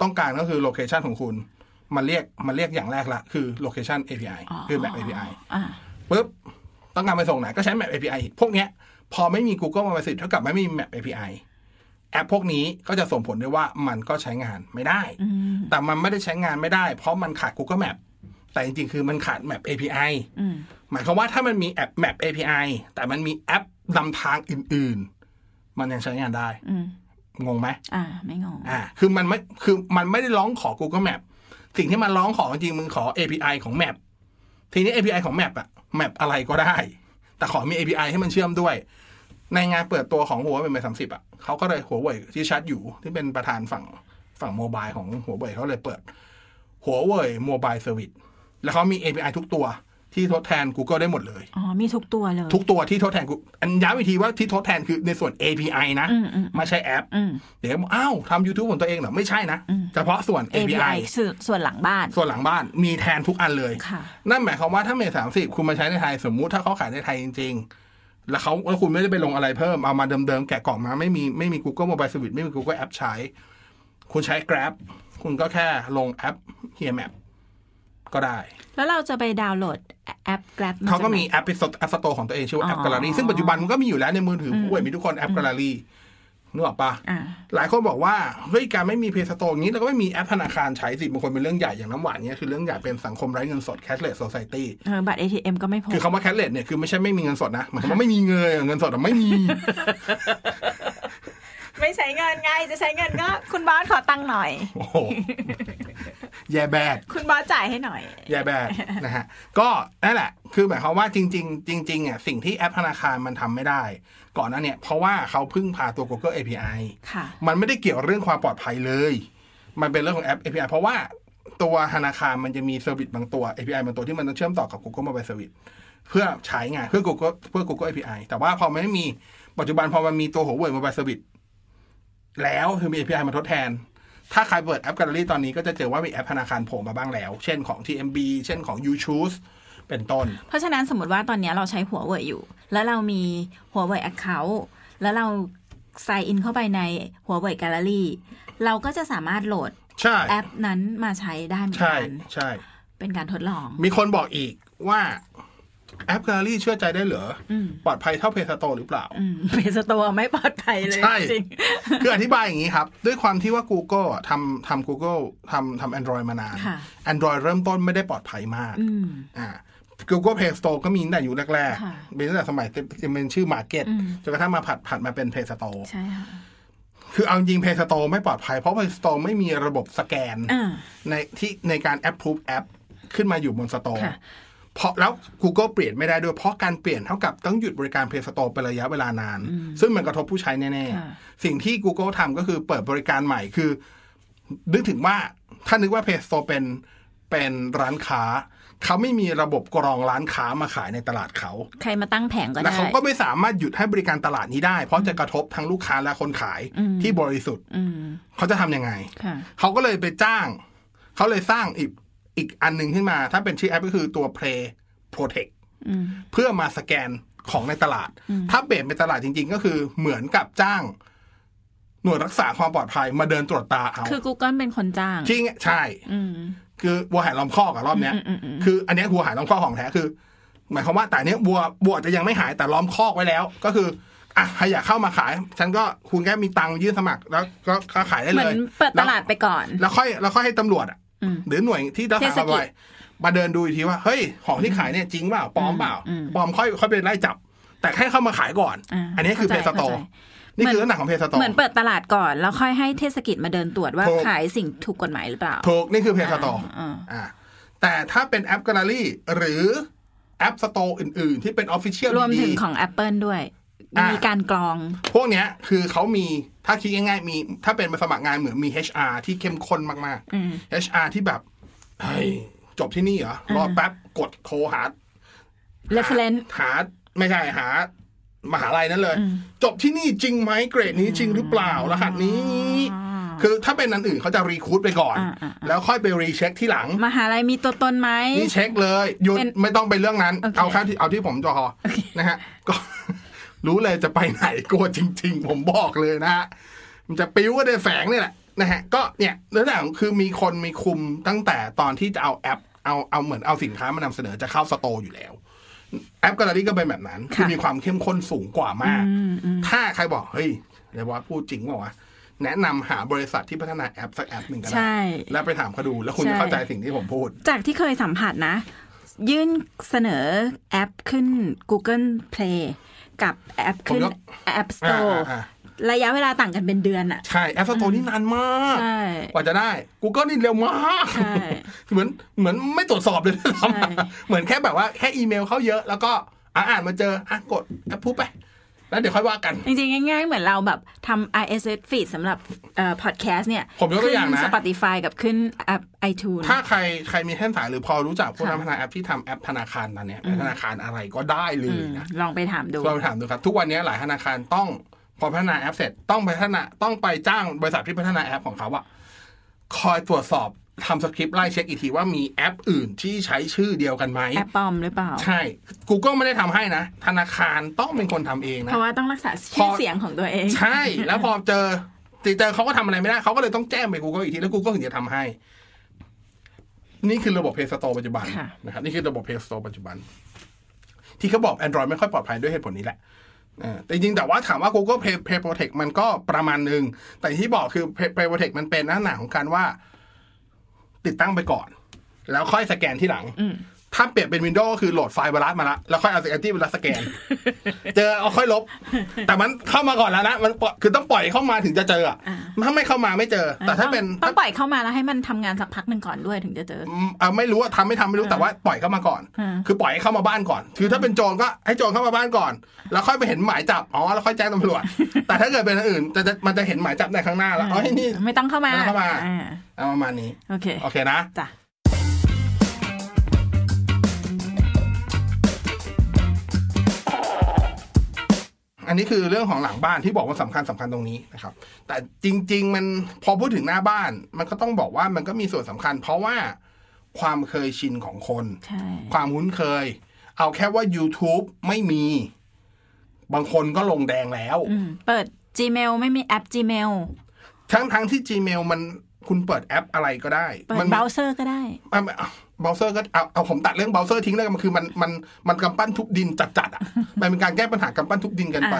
[SPEAKER 4] ต้องการก็คือโลเคชันของคุณ มันเรียกมันเรียกอย่างแรกละคือโลเคชัน API
[SPEAKER 5] อ๋อ
[SPEAKER 4] คือ Map API
[SPEAKER 5] อ่า
[SPEAKER 4] ปุ๊บต้องการไปส่งไหนก็ใช้ Map API พวกเนี้ย พอไม่มี Google มาประสิทธิ์เท่ากับไม่มี Map API แอปพวกนี้ก็จะส่งผลด้วยว่ามันก็ใช้งานไม่ได้
[SPEAKER 5] อืม
[SPEAKER 4] แต่มันไม่ได้ใช้งานไม่ได้ เพราะมันขาด Google Map แต่จริงๆ คือมันขาด Map API
[SPEAKER 5] อืม
[SPEAKER 4] หมายความว่าถ้ามันมีแอป Map API แต่มันมีแอปนำทางอื่นๆ มันยังใช้งานได้
[SPEAKER 5] อืม
[SPEAKER 4] งงไหม
[SPEAKER 5] อ่า ไม่งง
[SPEAKER 4] อ่า คือมันไม่ คือมันไม่ได้ร้องขอ Google Map สิ่งที่มันร้องขอจริงๆมึงขอ API ของ Map ทีนี้ API ของ Map อะ Map อะไรก็ได้ แต่ขอมี API ให้มันเชื่อมด้วย ในงานเปิดตัวของหัวเว่ยสามสิบอะเขาก็เลยหัวเว่ยที่ชัดอยู่ ที่เป็นประธานฝั่งฝั่งโมบายของหัวเว่ยเขาเลยเปิดหัวเว่ยโมบายเซอร์วิสแล้วเขามี API ทุกตัวที่ทดแทน Google ได้หมดเลย
[SPEAKER 5] อ๋อ มีทุกตัวเลย
[SPEAKER 4] ทุกตัวที่ทดแทน Google อันย้ำอีกทีว่าที่ทดแทนคือในส่วน API นะ
[SPEAKER 5] อืมอืม
[SPEAKER 4] ไม่ใช่แอป
[SPEAKER 5] อืม
[SPEAKER 4] เดี๋ยวอ้าวทำ YouTube ของตัวเองเหรอ ไม่ใช่นะ
[SPEAKER 5] อืม
[SPEAKER 4] เฉพาะส่วน
[SPEAKER 5] API
[SPEAKER 4] API
[SPEAKER 5] คือส่วนหลังบ้าน
[SPEAKER 4] ส่วนหลังบ้านมีแทนทุกอันเลย
[SPEAKER 5] ค่ะ
[SPEAKER 4] นั่นหมายความว่าถ้าเมษสามสิบคุณมาใช้ในไทย สมมุติถ้าเขาขายในไทยจริง ๆ แล้วเขาแล้วคุณไม่ได้ไปลงอะไรเพิ่ม เอามาเดิมๆ แกะกล่องมาไม่มีไม่มี Google Mobile Service ไม่มี Google App ใช้ คุณใช้ Grab คุณก็แค่ลงแอป h e r e Map ก็ได้
[SPEAKER 5] แล้วเราจะไปดาวน์โหลดแอป Grab
[SPEAKER 4] เขาก็
[SPEAKER 5] จไหน
[SPEAKER 4] มีแอป App Store ของตัวเองชื่อว่าแอป
[SPEAKER 5] อ๋อ
[SPEAKER 4] Gallery ซึ่งปัจจุบันมันก็มีอยู่แล้วในมือถืออผู้ป่วยมีทุกคนแอป Gallery นึกออกปะ
[SPEAKER 5] อ่า
[SPEAKER 4] หลายคนบอกว่าเฮ้ยการไม่มีเพย์สโตอย่างนี้เราก็ไม่มีแอปธนาคารใช้สิบางคนเป็นเรื่องใหญ่อย่างน้ำหวานเนี้ยคือเรื่องใหญ่เป็นสังคมไร้เงินสด cashless society
[SPEAKER 5] เออบัตร ATM ก็ไม่พอ
[SPEAKER 4] คือคำว่า cashless เนี่ยคือไม่ใช่ไม่มีเงินสดนะหมายความว่าไม่มีเงินเงินสดอะไม่มี
[SPEAKER 5] ไม่ใช้เงินไง จะใช้เงินก็ คุณบอสขอตังค์หน่อย
[SPEAKER 4] โอ้โห แย่แบด
[SPEAKER 5] คุณบอสจ่ายให้หน่อย
[SPEAKER 4] อย่าแบก นะฮะ ก็นั่นแหละ คือหมายความว่าจริง ๆ จริงๆอ่ะสิ่งที่แอปธนาคารมันทำไม่ได้ ก่อนหน้าเนี่ย เพราะว่าเขาพึ่งพาตัว Google API
[SPEAKER 5] ค่ะ
[SPEAKER 4] มันไม่ได้เกี่ยวเรื่องความปลอดภัยเลย มันเป็นเรื่องของแอป API เพราะว่าตัวธนาคารมันจะมีเซอร์วิสบางตัว API บางตัวที่มันต้องเชื่อมต่อกับ Google Mobile Service เพื่อใช้งานเพื่อ Google เพื่อ Google API แต่ว่าพอมันไม่มีปัจจุบันพอมันมีตัว Huawei Mobile Service แล้วคือมี API มาทดแทน ถ้าใครเปิดแอป Gallery ตอนนี้ก็จะเจอว่ามีแอปธนาคารโผล่มาบ้างแล้ว เช่นของ TMB เช่นของ u c h o o s e เป็นต้น
[SPEAKER 5] เพราะฉะนั้นสมมติว่าตอนเนี้ยเราใช้หัวเว่ยอยู่ แล้วเรามีหัวเว่ย account แล้วเราใส่อินเข้าไปในหัวเว่ย Gallery เราก็จะสามารถโหลด
[SPEAKER 4] ใช่
[SPEAKER 5] แอปนั้นมาใช้ได้เหมือน
[SPEAKER 4] ใช่
[SPEAKER 5] กัน
[SPEAKER 4] ใช่
[SPEAKER 5] เป็นการทดลอง
[SPEAKER 4] มีคนบอกอีกว่าแอป Gallery เชื่อใจได้เหรออปลอดภัยเท่า Play Store หรือเปล่า
[SPEAKER 5] อืม เพจสโตร์ไม่ปลอดภัยเลย
[SPEAKER 4] ใช่
[SPEAKER 5] จริง
[SPEAKER 4] คืออธิบายอย่างนี้ครับ ด้วยความที่ว่า Google อะทำทำ Google ทำทำ Android มานาน
[SPEAKER 5] ค่ะ
[SPEAKER 4] Android เริ่มต้นไม่ได้ปลอดภัยมาก
[SPEAKER 5] อืม
[SPEAKER 4] อ่า Google Play Store ก็มีตั้งแต่ยุคแรก
[SPEAKER 5] ค่ะ
[SPEAKER 4] ๆเป็นตั้งแต่สมัยจะเป็นชื่อ Market
[SPEAKER 5] อืม
[SPEAKER 4] จนกระทั่งมาผัดผัดมาเป็น Play Store
[SPEAKER 5] ใช่ค่ะ
[SPEAKER 4] คือเอาจริง Play Store ไม่ปลอดภัยเพราะ Play Store ไม่มีระบบสแกน
[SPEAKER 5] อ่า
[SPEAKER 4] ในที่ในการแอปพูฟแอปขึ้นมาอยู่บนสตอร์
[SPEAKER 5] ค่ะ
[SPEAKER 4] เพราะแล้ว Google เปลี่ยนไม่ได้ด้วยเพราะการเปลี่ยนเท่ากับต้องหยุดบริการ Play Store เป็นระยะเวลานาน ซึ่งมันกระทบผู้ใช้แน่ๆ สิ่งที่ Google ทำก็คือเปิดบริการใหม่คือ นึกถึงว่าถ้านึกว่า Play Store เป็นเป็นร้านค้า เขาไม่มีระบบกรองร้านค้ามาขายในตลาดเขา
[SPEAKER 5] ใครมาตั้งแผงก็
[SPEAKER 4] และ
[SPEAKER 5] ได้
[SPEAKER 4] เขาก็ไม่สามารถหยุดให้บริการตลาดนี้ได้ เพราะจะกระทบทั้งลูกค้าและคนขายที่บริสุทธิ์
[SPEAKER 5] อืม
[SPEAKER 4] เขาจะทำยังไง
[SPEAKER 5] ค่ะ
[SPEAKER 4] เขาก็เลยไปจ้าง เขาเลยสร้างอีกอีกอันหนึ่งขึ้นมา ถ้าเป็นชื่อแอปก็คือตัว Play Protect
[SPEAKER 5] อืม
[SPEAKER 4] เพื่อมาสแกนของในตลาด ถ้าเปลี่ยนเป็นตลาดจริง ๆ ก็คือเหมือนกับจ้าง หน่วยรักษาความปลอดภัยมาเดินตรวจตาเอา
[SPEAKER 5] คือ Google เป็นคนจ้าง
[SPEAKER 4] จริงอะใช่
[SPEAKER 5] อืม
[SPEAKER 4] คือวัวหายล้อมคอกอะรอบเนี้ย
[SPEAKER 5] อืมอืมอืม
[SPEAKER 4] คืออันเนี้ยวัวหายล้อมคอกของแท้คือ หมายความว่าแต่เนี้ยวัววัวอาจจะยังไม่หายแต่ล้อมคอกไว้แล้ว ก็คืออ่ะใครอยากเข้ามาขาย ฉันก็คุณแค่มีตังค์ยื่นสมัครแล้วก็ก็ขายได้
[SPEAKER 5] เห
[SPEAKER 4] เล
[SPEAKER 5] มือย นเปิดตลาด
[SPEAKER 4] แว
[SPEAKER 5] ไปก่อน
[SPEAKER 4] แล้วค่อยแล้วค่อยให้ตำรวจอะ
[SPEAKER 5] อืม
[SPEAKER 4] หรือหน่วยที่รักษาความปลอดภัยมาเดินดูอีกทีว่าเฮ้ยของที่ขายเนี่ยจริงเปล่าปลอมเปล่า
[SPEAKER 5] อืม
[SPEAKER 4] ปลอมค่อยค่อยไปไล่จับ แต่ให้เข้ามาขายก่อน
[SPEAKER 5] า
[SPEAKER 4] อันนี้คือเพ
[SPEAKER 5] ข้า
[SPEAKER 4] ส
[SPEAKER 5] ใจ
[SPEAKER 4] โต
[SPEAKER 5] ข้าใจ
[SPEAKER 4] นี่คือ
[SPEAKER 5] เหมือ
[SPEAKER 4] น้ำ
[SPEAKER 5] น
[SPEAKER 4] หนักของเพสโต
[SPEAKER 5] เหมือนเปิดตลาดก่อน แล้วค่อยให้เทศกิจมาเดินตรวจว่า
[SPEAKER 4] ถูก
[SPEAKER 5] ขายสิ่งถูกกฎหมายหรือเปล่า
[SPEAKER 4] ถูกนี่คือเพสโต
[SPEAKER 5] อ่า
[SPEAKER 4] อ่าแต่ถ้าเป็นแอปแกลเลอรี่หรือแอปสโตร์อื่น ๆ ที่เป็นออฟฟิเชียล
[SPEAKER 5] รวมถึ
[SPEAKER 4] ดี
[SPEAKER 5] งของ Apple ด้วย
[SPEAKER 4] อ่ามี
[SPEAKER 5] มีการกรอง
[SPEAKER 4] ๆพวกเนี้ยคือเขามีถ้าคิดง่าย ๆ มีถ้าเป็นมาสมัครงานเหมือนมี HR ที่เข้มข้นมาก
[SPEAKER 5] อืม
[SPEAKER 4] ๆ HR ที่แบบเฮ้ยจบที่นี่เหรอ รอแป๊บกดโทรหา
[SPEAKER 5] reference
[SPEAKER 4] หาไม่ใช่หา มหาลัยนั้นเลย จบที่นี่จริงไหมเกรดนี้จริงหรือเปล่ารหัสนี้ คือถ้าเป็นอันอื่นเขาจะรีคูดไปก่อน
[SPEAKER 5] อ่าอ่าอ่า
[SPEAKER 4] แล้วค่อยไปรีเช็คที่หลัง
[SPEAKER 5] มหาลัยมีตัวตนไหม
[SPEAKER 4] นี่เช็คเลยหยุด
[SPEAKER 5] เป็น
[SPEAKER 4] ไม่ต้องไปเรื่องนั้น
[SPEAKER 5] โอเค
[SPEAKER 4] เอาแค่ที่เอาที่ผมจะพอนะฮะ ก็ รู้เลยจะไปไหนกลัวจริง ๆ ผมบอกเลยนะฮะมันจะปิ้วก็ได้แฝงนี่แหละนะฮะก็เนี่ยเรื่องของคือมีคนมีคุมตั้งแต่ตอนที่จะเอาแอป เอาเอาเหมือนเอาสินค้ามานำเสนอจะเข้าสโตร์อยู่แล้ว แอปกลารี่ก็เป็นแบบนั้นคือมีความเข้มข้นสูงกว่ามาก ถ้าใครบอกเฮ้ยเดี๋ยวว่าพูดจริงเปล่าวะแนะนำหาบริษัทที่พัฒนาแอปสักแอปหนึ่งก็ได้
[SPEAKER 5] ใช่
[SPEAKER 4] แล้วไปถามเขาดูแล้วคุณจะเข้าใจสิ่งที่ผมพูด
[SPEAKER 5] จากที่เคยสัมผัสนะ ยื่นเสนอแอปขึ้น Google Play กับแอปขึ้น
[SPEAKER 4] ผมยก
[SPEAKER 5] App
[SPEAKER 4] อ่า
[SPEAKER 5] Store
[SPEAKER 4] อ่าอ่า
[SPEAKER 5] ระยะเวลาต่างกันเป็นเดือนอะ
[SPEAKER 4] ใช่แอปสโตร์นี่นานมาก
[SPEAKER 5] ใช่
[SPEAKER 4] กว่าจะได้ Google นี่เร็วมาก
[SPEAKER 5] ใช่
[SPEAKER 4] เหมือนเหมือนไม่ตรวจสอบเลยนะ
[SPEAKER 5] ใช่
[SPEAKER 4] เหมือนแค่แบบว่าแค่อีเมลเข้าเยอะ แล้วก็อ่ะอ่านมาเจออ่ะกดแอปพูดไป แล้วเดี๋ยวค่อยว่ากัน
[SPEAKER 5] จริงๆ ง่ายๆ เหมือนเราแบบทำ RSS feed สำหรับเอ่อ podcast เนี่ย
[SPEAKER 4] ผมยกตัวอย่างนะ
[SPEAKER 5] ขึ้ Spotify กับขึ้น App iTunes
[SPEAKER 4] ถ้าใครใครมีเส้นสายหรือพอรู้จักพวก
[SPEAKER 5] ค่ะ
[SPEAKER 4] นักพัฒนาแอปที่ทำแอปธนาคารตอนเนี้ยเป็นธนาคารอะไรก็ได้เลย
[SPEAKER 5] อืม
[SPEAKER 4] นะ
[SPEAKER 5] ลองไปถามดู
[SPEAKER 4] เราไปถามดูครับ ทุกวันนี้หลายธนาคารต้องพอพัฒนาแอปเสร็จต้องไปพัฒนาต้องไปจ้างบริษัทที่พัฒนาแอปของเขาอะคอยตรวจสอบทำสคริปต์ไล่เช็คอีกทีว่ามีแอปอื่นที่ใช้ชื่อเดียวกันไหม
[SPEAKER 5] แอปปลอมหรือเปล่า
[SPEAKER 4] ใช่ Google ไม่ได้ทำให้นะ ธนาคารต้องเป็นคนทำเองนะ
[SPEAKER 5] เพราะว่าต้องรักษา
[SPEAKER 4] พ
[SPEAKER 5] ชื่
[SPEAKER 4] อ
[SPEAKER 5] อเสียงของตัวเอง
[SPEAKER 4] ใช่ แล้วพอเจอเจอเขาก็ทำอะไรไม่ได้ เขาก็เลยต้องแจ้งไป Google อีกที แล้ว Google ถึงจะทำให้ นี่คือระบบ Play Store ปัจจุบัน
[SPEAKER 5] ค่ะ
[SPEAKER 4] นะครับ นี่คือระบบ Play Store ปัจจุบัน ที่เขาบอก Android ไม่ค่อยปลอดภัยด้วยเหตุผลนี้แหละเออแต่จริงๆแต่ว่าถามว่า Google Play, Play Protect มันก็ประมาณหนึ่ง แต่ที่บอกคือ Play, Play Protect มันเป็นหน้าหนาของการว่า ติดตั้งไปก่อน แล้วค่อยสแกนที่หลัง ถ้าเปลี่ยนเป็น Windows ก็คือโหลดไฟล์ไวรัสมาละแล้วค่อยเอาแอนตี้ไวรัสสแกน เจอเอาค่อยลบ แต่มันเข้ามาก่อนแล้วนะ มันปล่อยคือต้องปล่อยเข้ามาถึงจะเจออะถ้าไม่เข้ามาไม่เจอ แต่ถ้าเป็น
[SPEAKER 5] ต้องต้องปล่อยเข้ามาแล้วให้มันทำงานสักพักหนึ่งก่อนด้วยถึงจะเจอ
[SPEAKER 4] อืมอ่ะไม่รู้อะทำไม่ทำไม่รู้แต่ว่าปล่อยเข้ามาก่อน
[SPEAKER 5] อ่า
[SPEAKER 4] คือปล่อยให้เข้ามาบ้านก่อน คือถ้าเป็นโจรก็ให้โจรเข้ามาบ้านก่อน แล้วค่อยไปเห็นหมายจับอ๋อแล้วค่อยแจ้งตำรวจ แต่ถ้าเกิดเป็นอันอื่นจะจะมันจะเห็นหมายจับในข้างหน้าแล้วอ๋อไอ้นี่
[SPEAKER 5] ไม่ต้องเข้ามา
[SPEAKER 4] ไม่ต้องเข้ามา
[SPEAKER 5] อ่
[SPEAKER 4] เอาประมาณนี้
[SPEAKER 5] โอเค
[SPEAKER 4] โอเคนะ
[SPEAKER 5] จ้ะ
[SPEAKER 4] อันนี้คือเรื่องของหลังบ้านที่บอกว่าสำคัญสำคัญตรงนี้นะครับ แต่จริง ๆ มันพอพูดถึงหน้าบ้าน มันก็ต้องบอกว่ามันก็มีส่วนสำคัญ เพราะว่าความเคยชินของคน
[SPEAKER 5] ใช่
[SPEAKER 4] ความคุ้นเคย เอาแค่ว่า YouTube ไม่มี บางคนก็ลงแดงแล้ว
[SPEAKER 5] อืมเปิด Gmail ไม่มีแอป Gmail
[SPEAKER 4] ทั้งทั้งที่ Gmail มันคุณเปิดแอปอะไรก็ได้
[SPEAKER 5] เปิด
[SPEAKER 4] มัน
[SPEAKER 5] เบราว์เซอร์ก็ได้
[SPEAKER 4] มันเบราว์เซอร์ก็เอาเอาผมตัดเรื่องเบราว์เซอร์ทิ้งแล้วกันมันคือมันมันมันกำปั้นทุบดินจัดๆอ่ะ มันเป็นการแก้ปัญหากำปั้นทุบดินกันไป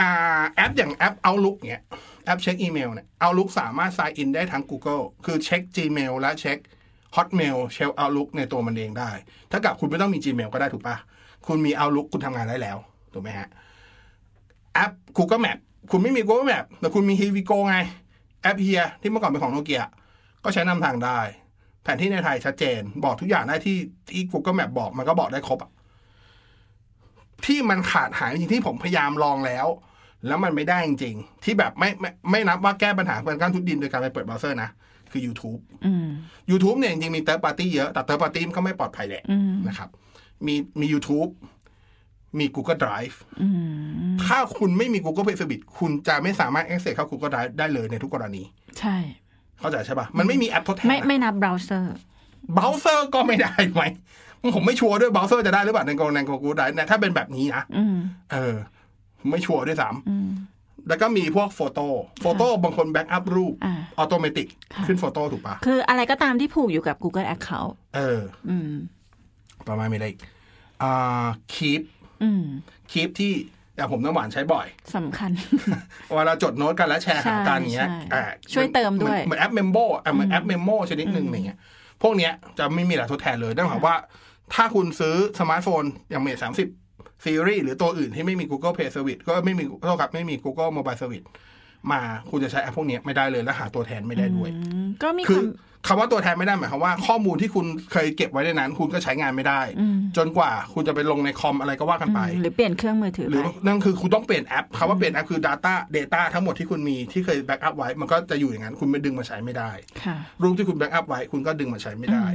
[SPEAKER 4] อ่าแอปอย่างแอป Outlook เนี่ยแอปเช็คอีเมลเนี่ย Outlook สามารถ sign in ได้ทั้ง Google คือเช็ค Gmail และเช็ค Hotmail เชล Outlook ในตัวมันเองได้ ถ้ากับคุณไม่ต้องมี Gmail ก็ได้ถูกปะคุณมี Outlook คุณทำงานได้แล้ว ถูกไหมฮะ แอป Google Map คุณไม่มี Google Map แต่คุณมี h e v i g o ไง แอปเฮียที่เมื่อก่อนเป็นของโนเกียก็ใช้นำทางได้ แผนที่ในไทยชัดเจน บอกทุกอย่างได้ที่ที่ Google Map บอกมันก็บอกได้ครบอะ ที่มันขาดหายจริงๆที่ผมพยายามลองแล้ว แล้วมันไม่ได้จริงๆ ที่แบบไม่ไม่ไม่นับว่าแก้ปัญหาการการทุบดินโดยการไปเปิดเบราว์เซอร์นะ คือ YouTube
[SPEAKER 5] อืม
[SPEAKER 4] YouTube เนี่ยจริงๆมีเติร์ p ปาร์ตี้เยอะ แต่เติร์ p ปาร์ตี้ก็ไม่ปลอดภัยแหละ
[SPEAKER 5] อืม
[SPEAKER 4] นะครับ มีมี YouTube มี Google Drive
[SPEAKER 5] อืม
[SPEAKER 4] ถ้าคุณไม่มี Google Play Service คุณจะไม่สามารถ access เข้า Google Drive ได้เลยในทุกกรณี
[SPEAKER 5] ใช่
[SPEAKER 4] เข้าใจใช่ปะมันไม่มีแอปทดแทน
[SPEAKER 5] ไม่
[SPEAKER 4] อะ
[SPEAKER 5] ไม่นับเบราว์เซอร์
[SPEAKER 4] เบราว์เซอร์ก็ไม่ได้ไหม ผมไม่ชัวร์ด้วยเบราว์เซอร์จะได้หรือเปล่าในกรณีในกรณีกูได้นะถ้าเป็นแบบนี้นะ
[SPEAKER 5] อืม
[SPEAKER 4] เออ ไม่ชัวร์ด้วยซ้
[SPEAKER 5] อืม
[SPEAKER 4] ำ แล้วก็มีพวกโฟโต้โฟโต้บางคนแบ็กอัพรูป
[SPEAKER 5] อ่า
[SPEAKER 4] ออโตเมติก
[SPEAKER 5] ค่ะ
[SPEAKER 4] ขึ้นโฟโต้ถูกปะ
[SPEAKER 5] คืออะไรก็ตามที่ผูกอยู่กับ Google Account
[SPEAKER 4] เออ
[SPEAKER 5] อืม
[SPEAKER 4] ประมาณมีอะไรอีกอ่าคีป
[SPEAKER 5] อืม
[SPEAKER 4] คีปที่แต่ผมน้ำหวานใช้บ่อย
[SPEAKER 5] สำคัญ
[SPEAKER 4] เวลาจดโน้ตกันแล้วแชร์หากันอย่างเงี้ย
[SPEAKER 5] ใช่ใช่
[SPEAKER 4] อ่า
[SPEAKER 5] ช่วยเติมด้วย
[SPEAKER 4] เหมือนแอปเมมโบอ่ะเหมือนแอปเมมโบชนิดหนึ่งอะไรเงี้ย พวกเนี้ยจะไม่มีอะไรทดแทนเลยนั่นหมายความว่า ถ้าคุณซื้อสมาร์ทโฟนอย่างเมทสามสิบซีรีส์หรือตัวอื่นที่ไม่มี Google Play Service ก็ไม่มีเท่ากับไม่มี Google Mobile Service มาคุณจะใช้แอปพวกเนี้ยไม่ได้เลยและหาตัวแทนไม่ได้ด้วย
[SPEAKER 5] อืมก็มีค
[SPEAKER 4] คื
[SPEAKER 5] วา
[SPEAKER 4] อ
[SPEAKER 5] ม
[SPEAKER 4] คำว่าตัวแทนไม่ได้หมายความว่าข้อมูลที่คุณเคยเก็บไว้ในนั้น คุณก็ใช้งานไม่ได้ จนกว่าคุณจะไปลงในคอมอะไรก็ว่ากันไป
[SPEAKER 5] หรือเปลี่ยนเครื่องมือถือ
[SPEAKER 4] หรือ
[SPEAKER 5] ไป
[SPEAKER 4] นั่นคือคุณต้องเปลี่ยนแอปคำว่าเปลี่ยนแอปคือ Data Data ทั้งหมดที่คุณมีที่เคยแบ็กอัพไว้ มันก็จะอยู่อย่างนั้น คุณไม่ดึงมาใช้ไม่ได้
[SPEAKER 5] ค่ะ
[SPEAKER 4] รูปที่คุณแบ็กอัพไว้ คุณก็ดึงมาใช้ไม่ได้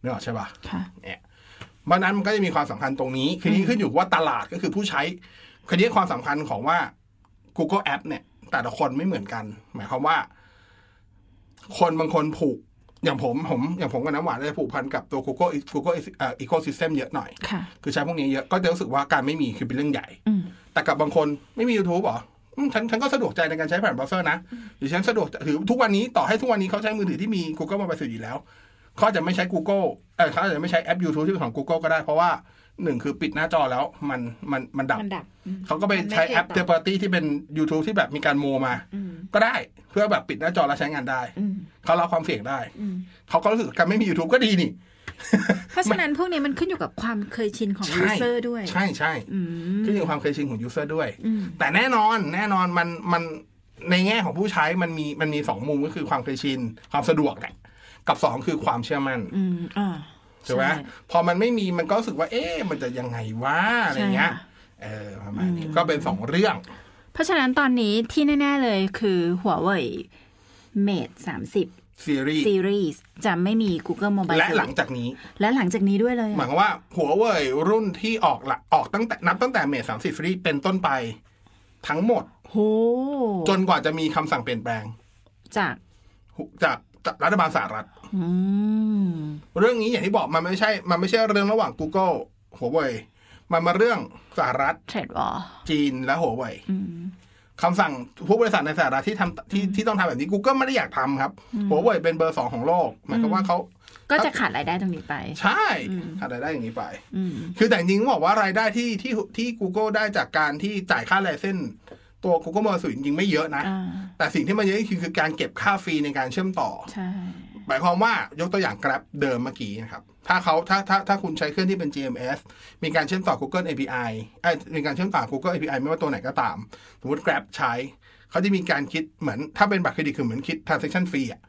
[SPEAKER 4] นึกออกใช่ปะ
[SPEAKER 5] ค่ะ
[SPEAKER 4] เนี่ยเพราะฉะนั้นมันก็จะมีความสำคัญตรงนี้คือนี้ขึ้นอยู่ว่าตลาดก็คือผู้ใช้คือนี้ความสำคัญของว่า Google App เนี่ย แต่ละคนไม่เหมือนกัน หมายความว่า คนบางคนผูก อย่างผมผม อย่างผมกับน้ำหวานจะผูกพันกับตัว Google Google เอ่อ ecosystem เยอะหน่อย
[SPEAKER 5] ค่ะ
[SPEAKER 4] คือใช้พวกนี้เยอะก็จะรู้สึกว่าการไม่มีคือเป็นเรื่องใหญ่
[SPEAKER 5] อืม
[SPEAKER 4] แต่กับบางคนไม่มี YouTube หรออืมฉันฉันก็สะดวกใจในการใช้แผ่นเบราว์เซอร์นะหรือฉันสะดวกถือทุกวันนี้ต่อให้ทุกวันนี้เขาใช้มือถือที่มี Google Mobile Service อยู่แล้ว เขาอาจจะไม่ใช้ Google เออเขาอาจจะไม่ใช้แอป YouTube ที่เป็นของ Google ก็ได้เพราะว่าหนึ่งคือปิดหน้าจอแล้วมันมันมันดับ
[SPEAKER 6] มันดับอืม
[SPEAKER 4] เขาก็ไปใช้แอปเทอร์ปาร์ตี้ที่เป็น YouTube ที่แบบมีการโมมา ก็ได้เพื่อแบบปิดหน้าจอแล้วใช้งานได้ เขารับความเสี่ยงได้ เขาก็รู้สึกการไม่มี YouTube ก็ดีนี่
[SPEAKER 5] เพราะฉะนั้นพวกนี้มันขึ้นอยู่กับความเคยชินของ
[SPEAKER 4] ใช่
[SPEAKER 5] ยูเซอร์ด้วย
[SPEAKER 4] ใช่ใช่
[SPEAKER 5] อืม
[SPEAKER 4] ขึ้นอยู่กับความเคยชินของยูเซอร์ด้วย
[SPEAKER 5] อืม
[SPEAKER 4] แต่แน่นอนแน่นอนมันมันในแง่ของผู้ใช้มันมีมันมีสองมุมก็คือความเคยชิน ความสะดวกแหละกับสองคือความเชื่อมั่น
[SPEAKER 5] อืมอ่า
[SPEAKER 4] ใช่ไหม
[SPEAKER 5] ใช่
[SPEAKER 4] พอมันไม่มีมันก็รู้สึกว่า เอ๊ะมันจะยังไงวะอะไรเงี้ย
[SPEAKER 5] ใช่ค่ะ
[SPEAKER 4] เออประมาณนี้ก็เป็นสองเรื่อง
[SPEAKER 5] เพราะฉะนั้นตอนนี้ที่แน่ ๆ เลยคือหัวเว่ยเมดสามสิบ
[SPEAKER 4] ซีรีส์
[SPEAKER 5] ซีรีส์จะไม่มี Google Mobile
[SPEAKER 4] และหลัง
[SPEAKER 5] Service
[SPEAKER 4] จากนี้
[SPEAKER 5] และหลังจากนี้ด้วยเลย
[SPEAKER 4] หมายค
[SPEAKER 5] อะ
[SPEAKER 4] วามว่าหัวเว่ยรุ่นที่ออกละออกตั้งแต่นับตั้งแต่เมษสามสิบซีรีส์เป็นต้นไปทั้งหมด
[SPEAKER 5] โห
[SPEAKER 4] จนกว่าจะมีคำสั่งเปลี่ยนแปลง
[SPEAKER 5] จาก
[SPEAKER 4] จากจากรัฐบาลสหรัฐ
[SPEAKER 5] อืม
[SPEAKER 4] เรื่องนี้อย่างที่บอกมันไม่ใช่ มันไม่ใช่เรื่องระหว่าง Google หัวเว่ยมันมาเรื่องสหรัฐ
[SPEAKER 5] เทรดวอร์
[SPEAKER 4] จีนและหัวเว่ยคำสั่งพวกบริษัทในสหรัฐที่ทำที่ที่ต้องทำแบบนี้ Google ไม่ได้อยากทำครับหัวเว่ยเป็นเบอร์สองของโลก หมายความว่าเขา
[SPEAKER 5] ก็จะขาดรายได้ตรงนี้ไป
[SPEAKER 4] ใช่หารายได้อย่างนี้ไป
[SPEAKER 5] อืม
[SPEAKER 4] คือแต่จริงๆบอกว่ารายได้ที่ที่ที่ Google ได้จากการที่จ่ายค่าไลเซนส์ตัว Google มาสูจริงๆไม่เยอะนะ
[SPEAKER 5] อ่า
[SPEAKER 4] แต่สิ่งที่มันเยอะจริงๆคือการเก็บค่าฟรีในการเชื่อมต่อ
[SPEAKER 5] ใช่
[SPEAKER 4] หมายความว่ายกตัวอย่าง Grab เดิมเมื่อกี้นะครับ ถ้าเขาถ้าถ้าถ้าคุณใช้เครื่องที่เป็น GMS มีการเชื่อมต่อ Google API เอ้ยมีการเชื่อมต่อ Google API ไม่ว่าตัวไหนก็ตาม สมมติ Grab ใช้ เขาจะมีการคิดเหมือน ถ้าเป็นบัตรเครดิตคือเหมือนคิด transaction fee อ่ะ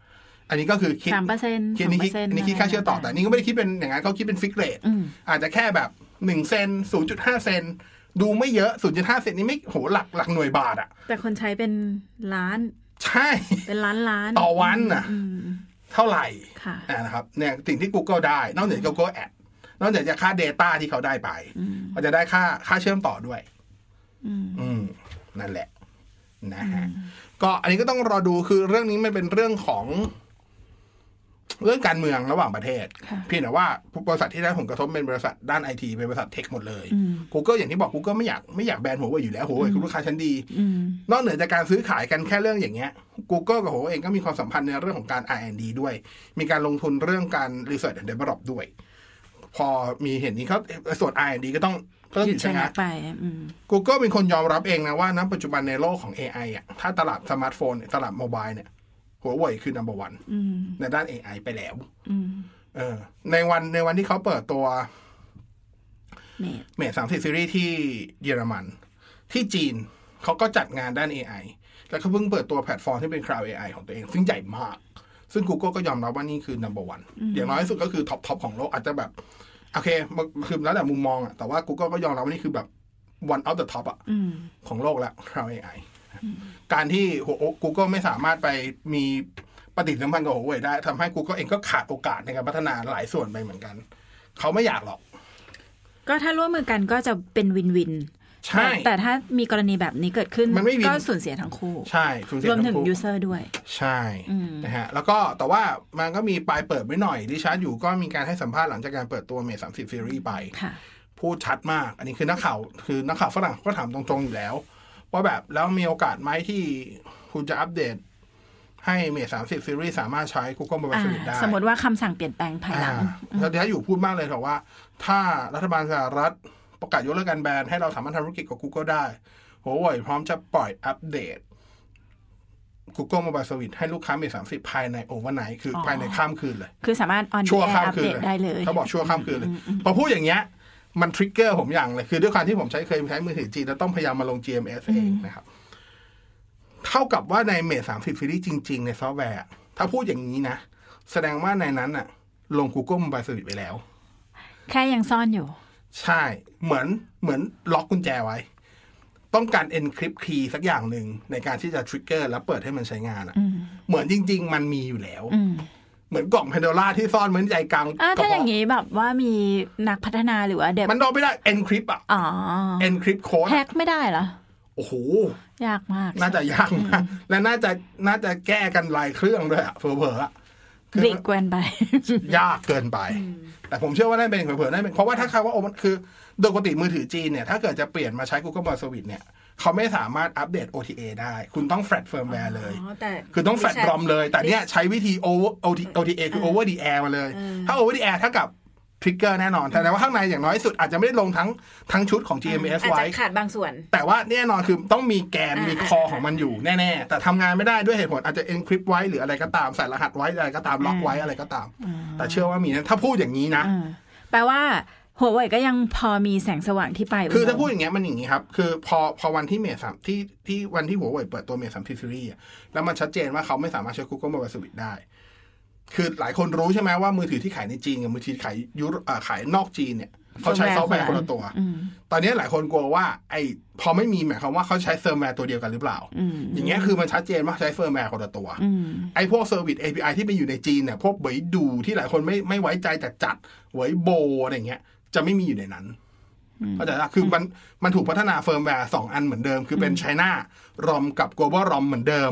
[SPEAKER 4] อันนี้ก็คือคิด
[SPEAKER 5] สามเปอร์เซ็นต์
[SPEAKER 4] คิด
[SPEAKER 5] สอง
[SPEAKER 4] นี่
[SPEAKER 5] เปอ
[SPEAKER 4] คิด
[SPEAKER 5] ร์เซ็นต์
[SPEAKER 4] นี่คิดค่าเชื่อมต่อ แต่อันนี่ก็ไม่ได้คิดเป็นอย่างนั้นเขาคิดเป็น fixed rate
[SPEAKER 5] อืม
[SPEAKER 4] อาจจะแค่แบบ1เซน0.5 เซน ดูไม่เยอะ 0.5 เซนนี่ไม่โหหลักหลักหน่วยบาทอ่ะ
[SPEAKER 5] แต่คนใช้เป็นล้าน
[SPEAKER 4] ใช่
[SPEAKER 5] เป็นล้านล้าน
[SPEAKER 4] ต่อวันน่ะ
[SPEAKER 5] อืม
[SPEAKER 4] เท่าไหร่
[SPEAKER 5] ค่ะ
[SPEAKER 4] อ่านะครับเนี่ยสิ่งที่ Google ได้ นอกจาก Google Ad นอกจากจะค่า Data ที่เขาได้ไปเขาจะได้ค่าค่าเชื่อมต่อด้วย อืมนั่นแหละ นะฮะก็อันนี้ก็ต้องรอดูคือเรื่องนี้มันเป็นเรื่องของ เรื่องการเมืองระหว่างประเทศ
[SPEAKER 5] ค่ะ
[SPEAKER 4] เพียงแต่ว่าบริษัทที่ได้ผลกระทบเป็นบริษัทด้านไอทีเป็นบริษัทเทคหมดเลย Google อย่างที่บอก Google ไม่อยากไม่อยากแบนหัวเว่ยอยู่แล้วหัวเว่ยคือลูกค้าชั้นดี
[SPEAKER 5] อืม
[SPEAKER 4] นอกเหนือจากการซื้อขายกันแค่เรื่องอย่างเงี้ย Google กับ Huawei เองก็มีความสัมพันธ์ในเรื่องของการ R&D ด้วย มีการลงทุนเรื่องการ Research and Develop ด้วย พอมีเห็นนี้เขาส่วน R&D ก็ต้องก็ต้องหยุดชะงัก
[SPEAKER 5] ไปอืม
[SPEAKER 4] Google เป็นคนยอมรับเองนะว่าณปัจจุบันในโลกของ AI อ่ะถ้าตลาดสมาร์ทโฟน ตลาดโมบายเนี่ย Huawei คือ number one
[SPEAKER 5] อืม
[SPEAKER 4] ในด้าน AI ไปแล้ว
[SPEAKER 5] อืม
[SPEAKER 4] เออในวันในวันที่เขาเปิดตัว
[SPEAKER 5] เมด
[SPEAKER 4] เมทสามสิบซีรีส์ที่เยอรมัน ที่จีนเขาก็จัดงานด้าน AI แล้วเขาเพิ่งเปิดตัวแพลตฟอร์มที่เป็น Cloud AI ของตัวเอง ซึ่งใหญ่มาก ซึ่ง Google ก็ยอมรับว่านี่คือ number one อย่างน้อยที่สุดก็คือท็อปทอปของโลกอาจจะแบบ โอเคมันคือแล้วแต่มุมมองอะแต่ว่า Google ก็ยอมรับว่านี่คือแบบ one of the top อะ
[SPEAKER 5] อืม
[SPEAKER 4] ของโลก แล้ว Cloud AI การที่ Huawei- Google ไม่สามารถไปมีปฏิสัมพันธ์กับ Huawei ได้ทำให้ Google เองก็ขาดโอกาสในการพัฒนาหลายส่วนไปเหมือนกันเขาไม่อยากหรอก
[SPEAKER 5] ก็ถ้าร่วมมือกันก็จะเป็นวินวิน
[SPEAKER 4] ใช่
[SPEAKER 5] แต่แต่ถ้ามีกรณีแบบนี้เกิดขึ้น
[SPEAKER 4] มันไม่วิน
[SPEAKER 5] ก็สูญเสียทั้งคู่
[SPEAKER 4] ใช่สูญเสี
[SPEAKER 5] ร
[SPEAKER 4] ยว
[SPEAKER 5] มถึง
[SPEAKER 4] ทั้คู่
[SPEAKER 5] ยูเซอร์ด้วย
[SPEAKER 4] ใช่นะฮะแล้วก็แต่ว่ามันก็มีปลายเปิดไว้หน่อยดิชาร์ดอยู่ก็มีการให้สัมภาษณ์หลังจากการเปิดตัวเมทสามสิบซีรีส์ไป
[SPEAKER 5] ค่ะ
[SPEAKER 4] พูดชัดมาก อันนี้คือนักข่าวคือนักข่าวฝรั่งก็ถามตรงๆอยู่แล้ว ว่าแบบแล้วมีโอกาสไหมที่คุณจะอัปเดต ให้เมทสามสิบซีรีส์สามารถใช้ Google Mobile
[SPEAKER 5] อ่า
[SPEAKER 4] Service ได้
[SPEAKER 5] สมมติว่าคำสั่งเปลี่ยนแปลงภายหลัง
[SPEAKER 4] อ่าแล้วเดี๋ยวอยู่พูดมากเลยบอกว่า ถ้ารัฐบาลสหรัฐประกาศยกเลิกการแบนให้เราสามารถทำธุรกิจกับ Google ได้ Huawei พร้อมจะปล่อยอัปเดต Google Mobile Service ให้ลูกค้าเมษสามสิบภายในโอเวอร์ไนคืออ
[SPEAKER 5] อ
[SPEAKER 4] ภายในข้ามคืนเลย
[SPEAKER 5] คือสามารถออน
[SPEAKER 4] ชั่ว
[SPEAKER 5] แอ
[SPEAKER 4] ข้าม
[SPEAKER 5] ร์อัป
[SPEAKER 4] คืน
[SPEAKER 5] เดตได้เลย
[SPEAKER 4] เขาบอกชั่วข้ามคืนเลย พอพูดอย่างเงี้ย มันทริกเกอร์ผมอย่างเลย คือด้วยความที่ผมใช้เคยใช้มือถือจีนแล้วต้องพยายามมาลง GMS เองนะครับ เท่ากับว่าในเมทสามสิบซีรีส์จริง ๆ ในซอฟต์แวร์อะถ้าพูดอย่างนี้นะ แสดงว่าในนั้นอะลง Google Mobile Service ไปแล้ว
[SPEAKER 5] แค่ยังซ่อนอยู่
[SPEAKER 4] ใช่ เหมือนเหมือนล็อกกุญแจไว้ ต้องการ encrypt key สักอย่างหนึ่งในการที่จะ trigger แล้วเปิดให้มันใช้งานอะเหมือนจริง ๆ มันมีอยู่แล้ว เหมือนกล่องแพนโดล่าที่ซ่อนเหมือนใจกลาง
[SPEAKER 5] อ่ะ
[SPEAKER 4] กระ
[SPEAKER 5] ถ้าอย่าง
[SPEAKER 4] เพาะ
[SPEAKER 5] นี้แบบว่ามีนักพัฒนาหรือว่าเด็บ
[SPEAKER 4] มันโดนไม่ได้ encrypt อ่ะ
[SPEAKER 5] อ๋อ
[SPEAKER 4] encrypt code
[SPEAKER 5] แฮ
[SPEAKER 4] อะ
[SPEAKER 5] กไม่ได้เหรอ
[SPEAKER 4] โอ้โห
[SPEAKER 5] ยากมาก
[SPEAKER 4] น่าจะยากมากและน่าจะน่าจะแก้กันหลายเครื่องด้วยอะเผลอๆอะคือบ
[SPEAKER 5] ริกเกินไป
[SPEAKER 4] ยากเกินไป แต่ผมเชื่อว่าน่าจะเป็นเผลอๆน่าจะเป็นเพราะว่าถ้าใครว่าโอ้มันคือโดยปกติมือถือจีนเนี่ย ถ้าเกิดจะเปลี่ยนมาใช้ Google Mobile Service เนี่ย เขาไม่สามารถอัปเดต OTA ได้ คุณต้องแฟลตเฟิร์มแวร์เลย คือต้องแฟลตรอมเลย แต่เนี่ยใช้วิธี over OTA คือ over the air มาเลย ถ้า over the air เท่ากับทริกเกอร์แน่นอนแต่ว่าข้างในอย่างน้อยสุดอาจจะไม่ได้ลงทั้งทั้งชุดของ GMS
[SPEAKER 6] อาจ
[SPEAKER 4] ไว้
[SPEAKER 6] จะขาดบางส่วน
[SPEAKER 4] แต่ว่าแน่นอนคือต้องมีแกน
[SPEAKER 6] อ่ามี
[SPEAKER 4] มีคอของมันอยู่แน่ๆ แต่ทำงานไม่ได้ด้วยเหตุผลอาจจะ encrypt ไว้หรืออะไรก็ตามใส่รหัสไว้อะไรก็ตามล็อกไว้อะไรก็ตาม แต่เชื่อว่ามีนะถ้าพูดอย่างนี้นะ
[SPEAKER 5] อ่าแปลว่าหัวเว่ยก็ยังพอมีแสงสว่างที่ปลาย
[SPEAKER 4] คือถ้า
[SPEAKER 5] โมง
[SPEAKER 4] พูดอย่างเงี้ยมันอย่างงี้ครับ คือพอพอวันที่เมษสามที่ที่วันที่หัวเว่ยเปิดตัวเมษสามทีซีรีส์อะแล้วมันชัดเจนว่าเขาไม่สามารถใช้ Google Mobile Service ได้ คือหลายคนรู้ใช่ไหมว่ามือถือที่ขายในจีนกับมือถือขายยุโรปอ่าขายนอกจีนเนี่ยเขาใช้ซอฟต์แวร์คนละตัว
[SPEAKER 5] อืม
[SPEAKER 4] ตอนนี้หลายคนกลัวว่าไอ้พอไม่มีหมายความว่าเขาใช้เซิร์ฟแวร์ตัวเดียวกันหรือเปล่า
[SPEAKER 5] อืม
[SPEAKER 4] อย่างเงี้ยคือมันชัดเจนว่าใช้เฟิร์มแวร์คนละตัว
[SPEAKER 5] อืม
[SPEAKER 4] ไอ้พวกเซอร์วิส API ที่ไปอยู่ในจีนเนี่ยพวกเบยดูที่หลายคนไม่ไม่ไว้ใจจัดจัดเวยโบอะไรเงี้ย จะไม่มีอยู่ในนั้นเข้าใจละคือมันมันถูกพัฒนาเฟิร์มแวร์สองอันเหมือนเดิม คือเป็น China ROM กับ Global ROM เหมือนเดิม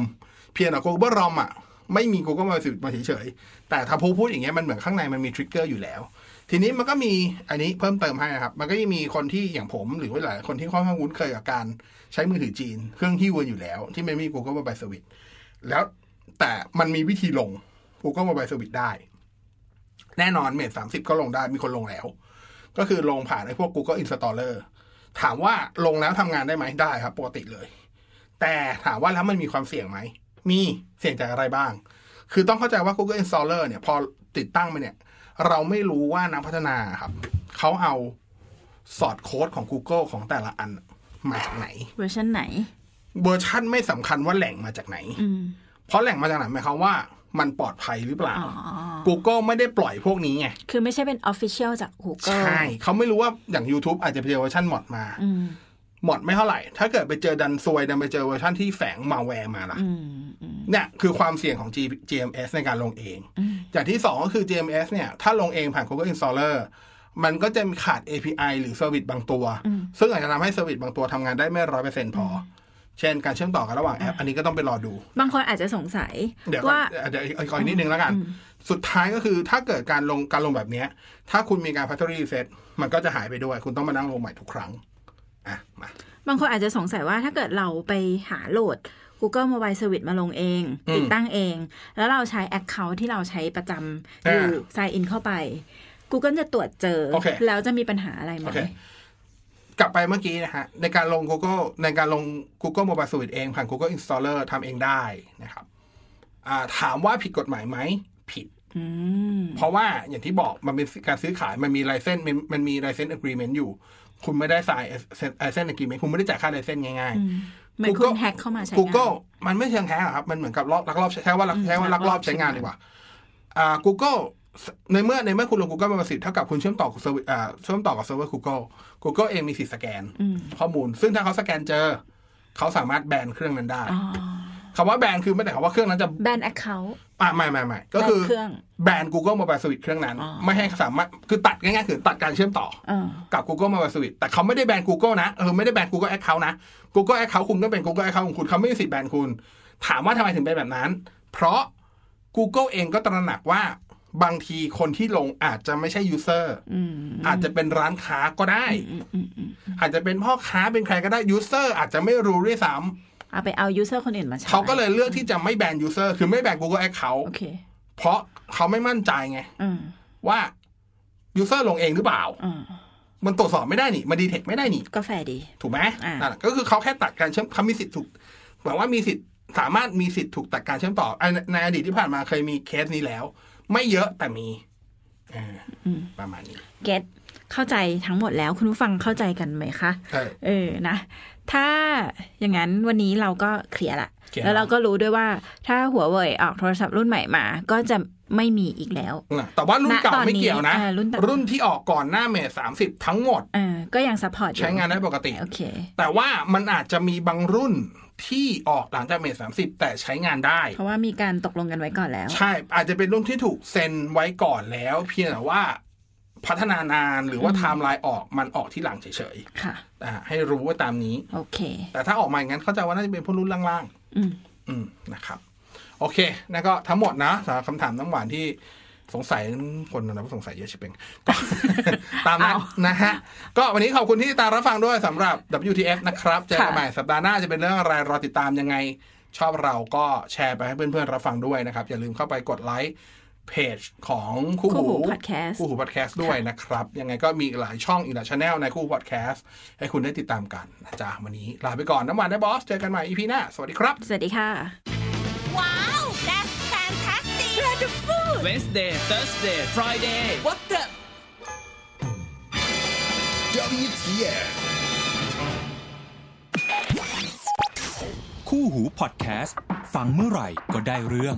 [SPEAKER 4] เพียงแต่ Global ROM อ่ะ ไม่มี Google มาสิมาเฉยๆแต่ถ้าพูดพูดอย่างเงี้ยมันเหมือนข้างในมันมีทริกเกอร์อยู่แล้ว ทีนี้มันก็มีอันนี้เพิ่มเติมให้นะครับ มันก็ยังมีคนที่อย่างผมหรือว่าหลายคนที่ค่อนข้างคุ้นเคยกับการใช้มือถือจีน เครื่องฮิ้วกันอยู่แล้ว ที่ไม่มี Google Mobile Service แล้วแต่มันมีวิธีลง Google Mobile Service ได้ แน่นอนเมทสามสิบก็ลงได้มีคนลงแล้ว ก็คือลงผ่านไอ้พวก Google Installer ถามว่าลงแล้วทำงานได้ไหมได้ครับ ปกติเลย แต่ถามว่าแล้วมันมีความเสี่ยงไหม มีเสี่ยงจากอะไรบ้าง คือต้องเข้าใจว่า Google Installer เนี่ย พอติดตั้งไปเนี่ย เราไม่รู้ว่านักพัฒนาครับ เขาเอาสอดโค้ดของ Google ของแต่ละอันมาจากไหน
[SPEAKER 5] เวอร์ชันไหน
[SPEAKER 4] เวอร์ชันไม่สำคัญว่าแหล่งมาจากไหน
[SPEAKER 5] อืม
[SPEAKER 4] เพราะแหล่งมาจากไหนหมายความว่ามันปลอดภัยหรือเปล่า
[SPEAKER 5] อ๋อ
[SPEAKER 4] Google ไม่ได้ปล่อยพวกนี้ไง
[SPEAKER 5] คือไม่ใช่เป็นออฟฟิเชียลจาก Google
[SPEAKER 4] ใช่ เขาไม่รู้ว่าอย่าง YouTube อาจจะไปเจอเวอร์ชันหมอดมา
[SPEAKER 5] อืม
[SPEAKER 4] หมอดไม่เท่าไหร่ ถ้าเกิดไปเจอดันซวย ดันไปเจอเวอร์ชันที่แฝงมาแวร์มาล่ะ
[SPEAKER 5] อืมอืม
[SPEAKER 4] เนี่ยคือความเสี่ยงของ G- GMS ในการลงเอง อย่างที่ 2 ก็คือ GMS เนี่ย ถ้าลงเองผ่าน Google Installer มันก็จะขาด API หรือ Service บางตัว ซึ่งอาจจะทำให้ Service บางตัวทำงานได้ไม่ร้อยเปอร์เซ็นต์พอ เช่นการเชื่อมต่อกันระหว่างแอป อันนี้ก็ต้องไปรอดู
[SPEAKER 5] บางคนอาจจะสงสัย
[SPEAKER 4] เดี๋ยวก่อน
[SPEAKER 5] ว่า
[SPEAKER 4] เดี๋ยวอีกอีกนิดนึงแล้วกัน สุดท้ายก็คือถ้าเกิดการลงการลงแบบเนี้ย ถ้าคุณมีการพัฒนารีเซ็ตมันก็จะหายไปด้วย คุณต้องมานั่งลงใหม่ทุกครั้ง อ่ะ มา
[SPEAKER 5] บางคนอาจจะสงสัยว่าถ้าเกิดเราไปหาโหลด Google Mobile Service มาลงเอง
[SPEAKER 4] อืม
[SPEAKER 5] ติดตั้งเอง แล้วเราใช้ Account ที่เราใช้ประจำอยู่
[SPEAKER 4] อ่า
[SPEAKER 5] sign in เข้าไป Google จะตรวจเจอ
[SPEAKER 4] โอเค
[SPEAKER 5] แล้วจะมีปัญหาอะไรไหม
[SPEAKER 4] โอเค กลับไปเมื่อกี้นะฮะ ในการลง Google ในการลง Google Mobile Suite เอง ผ่าน Google Installer ทำเองได้นะครับ อ่า ถามว่าผิดกฎหมายไหม ผิด
[SPEAKER 5] อืม
[SPEAKER 4] เพราะว่าอย่างที่บอกมันเป็นการซื้อขายมันมีไลเซนมันมันมีไลเซนส์อะ e ร m e n t อยู่ คุณไม่ได้สายไลเซนส์อะ e ร m e n t คุณไม่ได้จ่ายค่าไลเซนง่ายๆ
[SPEAKER 5] เหมือนคุณ
[SPEAKER 4] Google
[SPEAKER 5] แฮกเข้ามาใช้งาน
[SPEAKER 4] Google มันไม่เชิงแฮกอะครับ มันเหมือนกับลอกลักลอบใช้ใช้ว่าลัก
[SPEAKER 5] อืม
[SPEAKER 4] ใช้ว่า
[SPEAKER 5] ลั
[SPEAKER 4] ลั
[SPEAKER 5] ก
[SPEAKER 4] ก
[SPEAKER 5] ล
[SPEAKER 4] ล
[SPEAKER 5] อ
[SPEAKER 4] อ
[SPEAKER 5] บบ ใช้งาง
[SPEAKER 4] ใช้าน นดีกว่าอ่า Google ในเมื่อในเมื่อคุณลง Google Mobile Service เท่ากับคุณเชื่อมต่อกับเซอร์วิสอ่าเชื่อมต่อกับเซิร์ฟเวอร์ Google Google เองมีสิทธิ์สแกนข้อมูล ซึ่งถ้าเขาสแกนเจอ เขาสามารถแบนเครื่องนั้นได้
[SPEAKER 5] อ๋อ
[SPEAKER 4] คำว่าแบนคือไม่ได้คำว่าเครื่องนั้นจะ
[SPEAKER 5] แบน Account
[SPEAKER 4] อ่าไม่ไม่ไม่ก็คือ
[SPEAKER 5] แบนเครื่อง
[SPEAKER 4] แบน Google Mobile Service เครื่องนั้น
[SPEAKER 5] อ๋อ
[SPEAKER 4] ไม่ให้สามารถคือตัดง่ายๆคือตัดการเชื่อมต่อ
[SPEAKER 5] เออ
[SPEAKER 4] กับ Google Mobile Service แต่เขาไม่ได้แบน Google นะ เออ ไม่ได้แบน Google Account นะ Google Account คุณก็เป็น Google Account ของคุณเขาไม่มีสิทธิ์แบนคุณ ถามว่าทำไมถึงเป็นแบบนั้น เพราะ Google เองก็ตระหนักว่า บางทีคนที่ลงอาจจะไม่ใช่ยูเซอร์
[SPEAKER 5] อืม
[SPEAKER 4] อาจจะเป็นร้านค้าก็ได้
[SPEAKER 5] อืมอืมอืม
[SPEAKER 4] อาจจะเป็นพ่อค้าเป็นใครก็ได้ยูเซอร์อาจจะไม่รู้ด้วยซ้
[SPEAKER 5] เอาไปเอายูเซอร์คนอื่นมาใช้
[SPEAKER 4] ำเขาก็เลยเลือกที่จะไม่แบนยูเซอร์คือไม่แบน Google Account
[SPEAKER 5] โอเค
[SPEAKER 4] เพราะเขาไม่มั่นใจไง
[SPEAKER 5] อืม
[SPEAKER 4] ว่ายูเซอร์ลงเองหรือเปล่า
[SPEAKER 5] อืม
[SPEAKER 4] มันตรวจสอบไม่ได้นี่ มันดีเทคไม่ได้นี่
[SPEAKER 5] กาแฟร์ดี
[SPEAKER 4] ถูกไหม
[SPEAKER 5] อ่านั่
[SPEAKER 4] นั่นแหละก็คือเขาแค่ตัดการเชื่อมเขามีสิทธิ์ถูกหมายว่ามีสิทธิ์สามารถมีสิทธิ์ถูกตัดการเชื่อมต่ออันในอดีตที่ผ่านมาเคยมีเคสนี้แล้ว ไม่เยอะแต่มีอ่าประมาณนี้
[SPEAKER 5] เก็ตเข้าใจทั้งหมดแล้วคุณผู้ฟังเข้าใจกันไหมคะ
[SPEAKER 4] ใช่
[SPEAKER 5] เออนะ ถ้าอย่างนั้นวันนี้เราก็เคลียร์ละ
[SPEAKER 4] เคลียร์
[SPEAKER 5] แล้วเราก็รู้ด้วยว่าถ้าหัวเว่ยออกโทรศัพท์รุ่นใหม่มา ก็จะไม่มีอีกแล้ว
[SPEAKER 4] น่ะแต่ว่ารุ่นเก่า
[SPEAKER 5] ณตอนนี้
[SPEAKER 4] ไม่เกี่ยวนะ
[SPEAKER 5] อ่ารุ่นเก่า
[SPEAKER 4] รุ่นที่ออกก่อนหน้าเมษสามสิบทั้งหมด
[SPEAKER 5] เออก็ยังซัพพอร์ตอยู่
[SPEAKER 4] ใช้งานได้ปกติ
[SPEAKER 5] โอเค
[SPEAKER 4] แต่ว่ามันอาจจะมีบางรุ่นที่ออกหลังจากเมษสามสิบแต่ใช้งานได้
[SPEAKER 5] เพราะว่ามีการตกลงกันไว้ก่อนแล้ว
[SPEAKER 4] ใช่ อาจจะเป็นรุ่นที่ถูกเซ็นไว้ก่อนแล้ว เพียงแต่ว่าพัฒนานานหรือว่าไทม์ไลน์ออกมันออกที่หลังเฉย
[SPEAKER 5] ค่ะ
[SPEAKER 4] ๆอ่าให้รู้ว่าตามนี้
[SPEAKER 5] โอเค
[SPEAKER 4] แต่ถ้าออกมาอย่างนั้นเข้าใจว่าน่าจะเป็นพวกรุ่นล่าง
[SPEAKER 5] อืม
[SPEAKER 4] ๆอืมนะครับ โอเคนั่นก็ทั้งหมดนะสำหรับคำถามน้ำหวานที่สงสัยคนนะสงสัยเยอะชิบเอง ก็ ตามนั้นนะฮะ ก็วันนี้ขอบคุณที่ติดตามรับฟังด้วยสำหรับ WTF นะครับเจอกัน
[SPEAKER 5] ค่ะ
[SPEAKER 4] ใหม่สัปดาห์หน้าจะเป็นเรื่องอะไรรอติดตามยังไง ชอบเราก็แชร์ไปให้เพื่อนๆรับฟังด้วยนะครับ อย่าลืมเข้าไปกดไลค์เพจของคู่
[SPEAKER 5] คู่
[SPEAKER 4] หู
[SPEAKER 5] หู podcast
[SPEAKER 4] คู่หูพอดแคสต์ด้วยนะครับ ยังไงก็มีอีกหลายช่องอีกหลายช anel ในคู่พอดแคสต์ให้คุณได้ติดตามกันนะจ๊ะวันนี้ลาไปก่อนน้ำหวานได้บอส เจอกันใหม่ EP หน้าสวัสดีครับ
[SPEAKER 5] สวัสดีค่ะ
[SPEAKER 2] Wow, that's fantastic! Wonderful!
[SPEAKER 3] Wednesday, Thursday, Friday.
[SPEAKER 2] What the?
[SPEAKER 6] WTF.
[SPEAKER 1] คู่หูพอดแคสต์ฟังเมื่อไหร่ก็ได้เรื่อง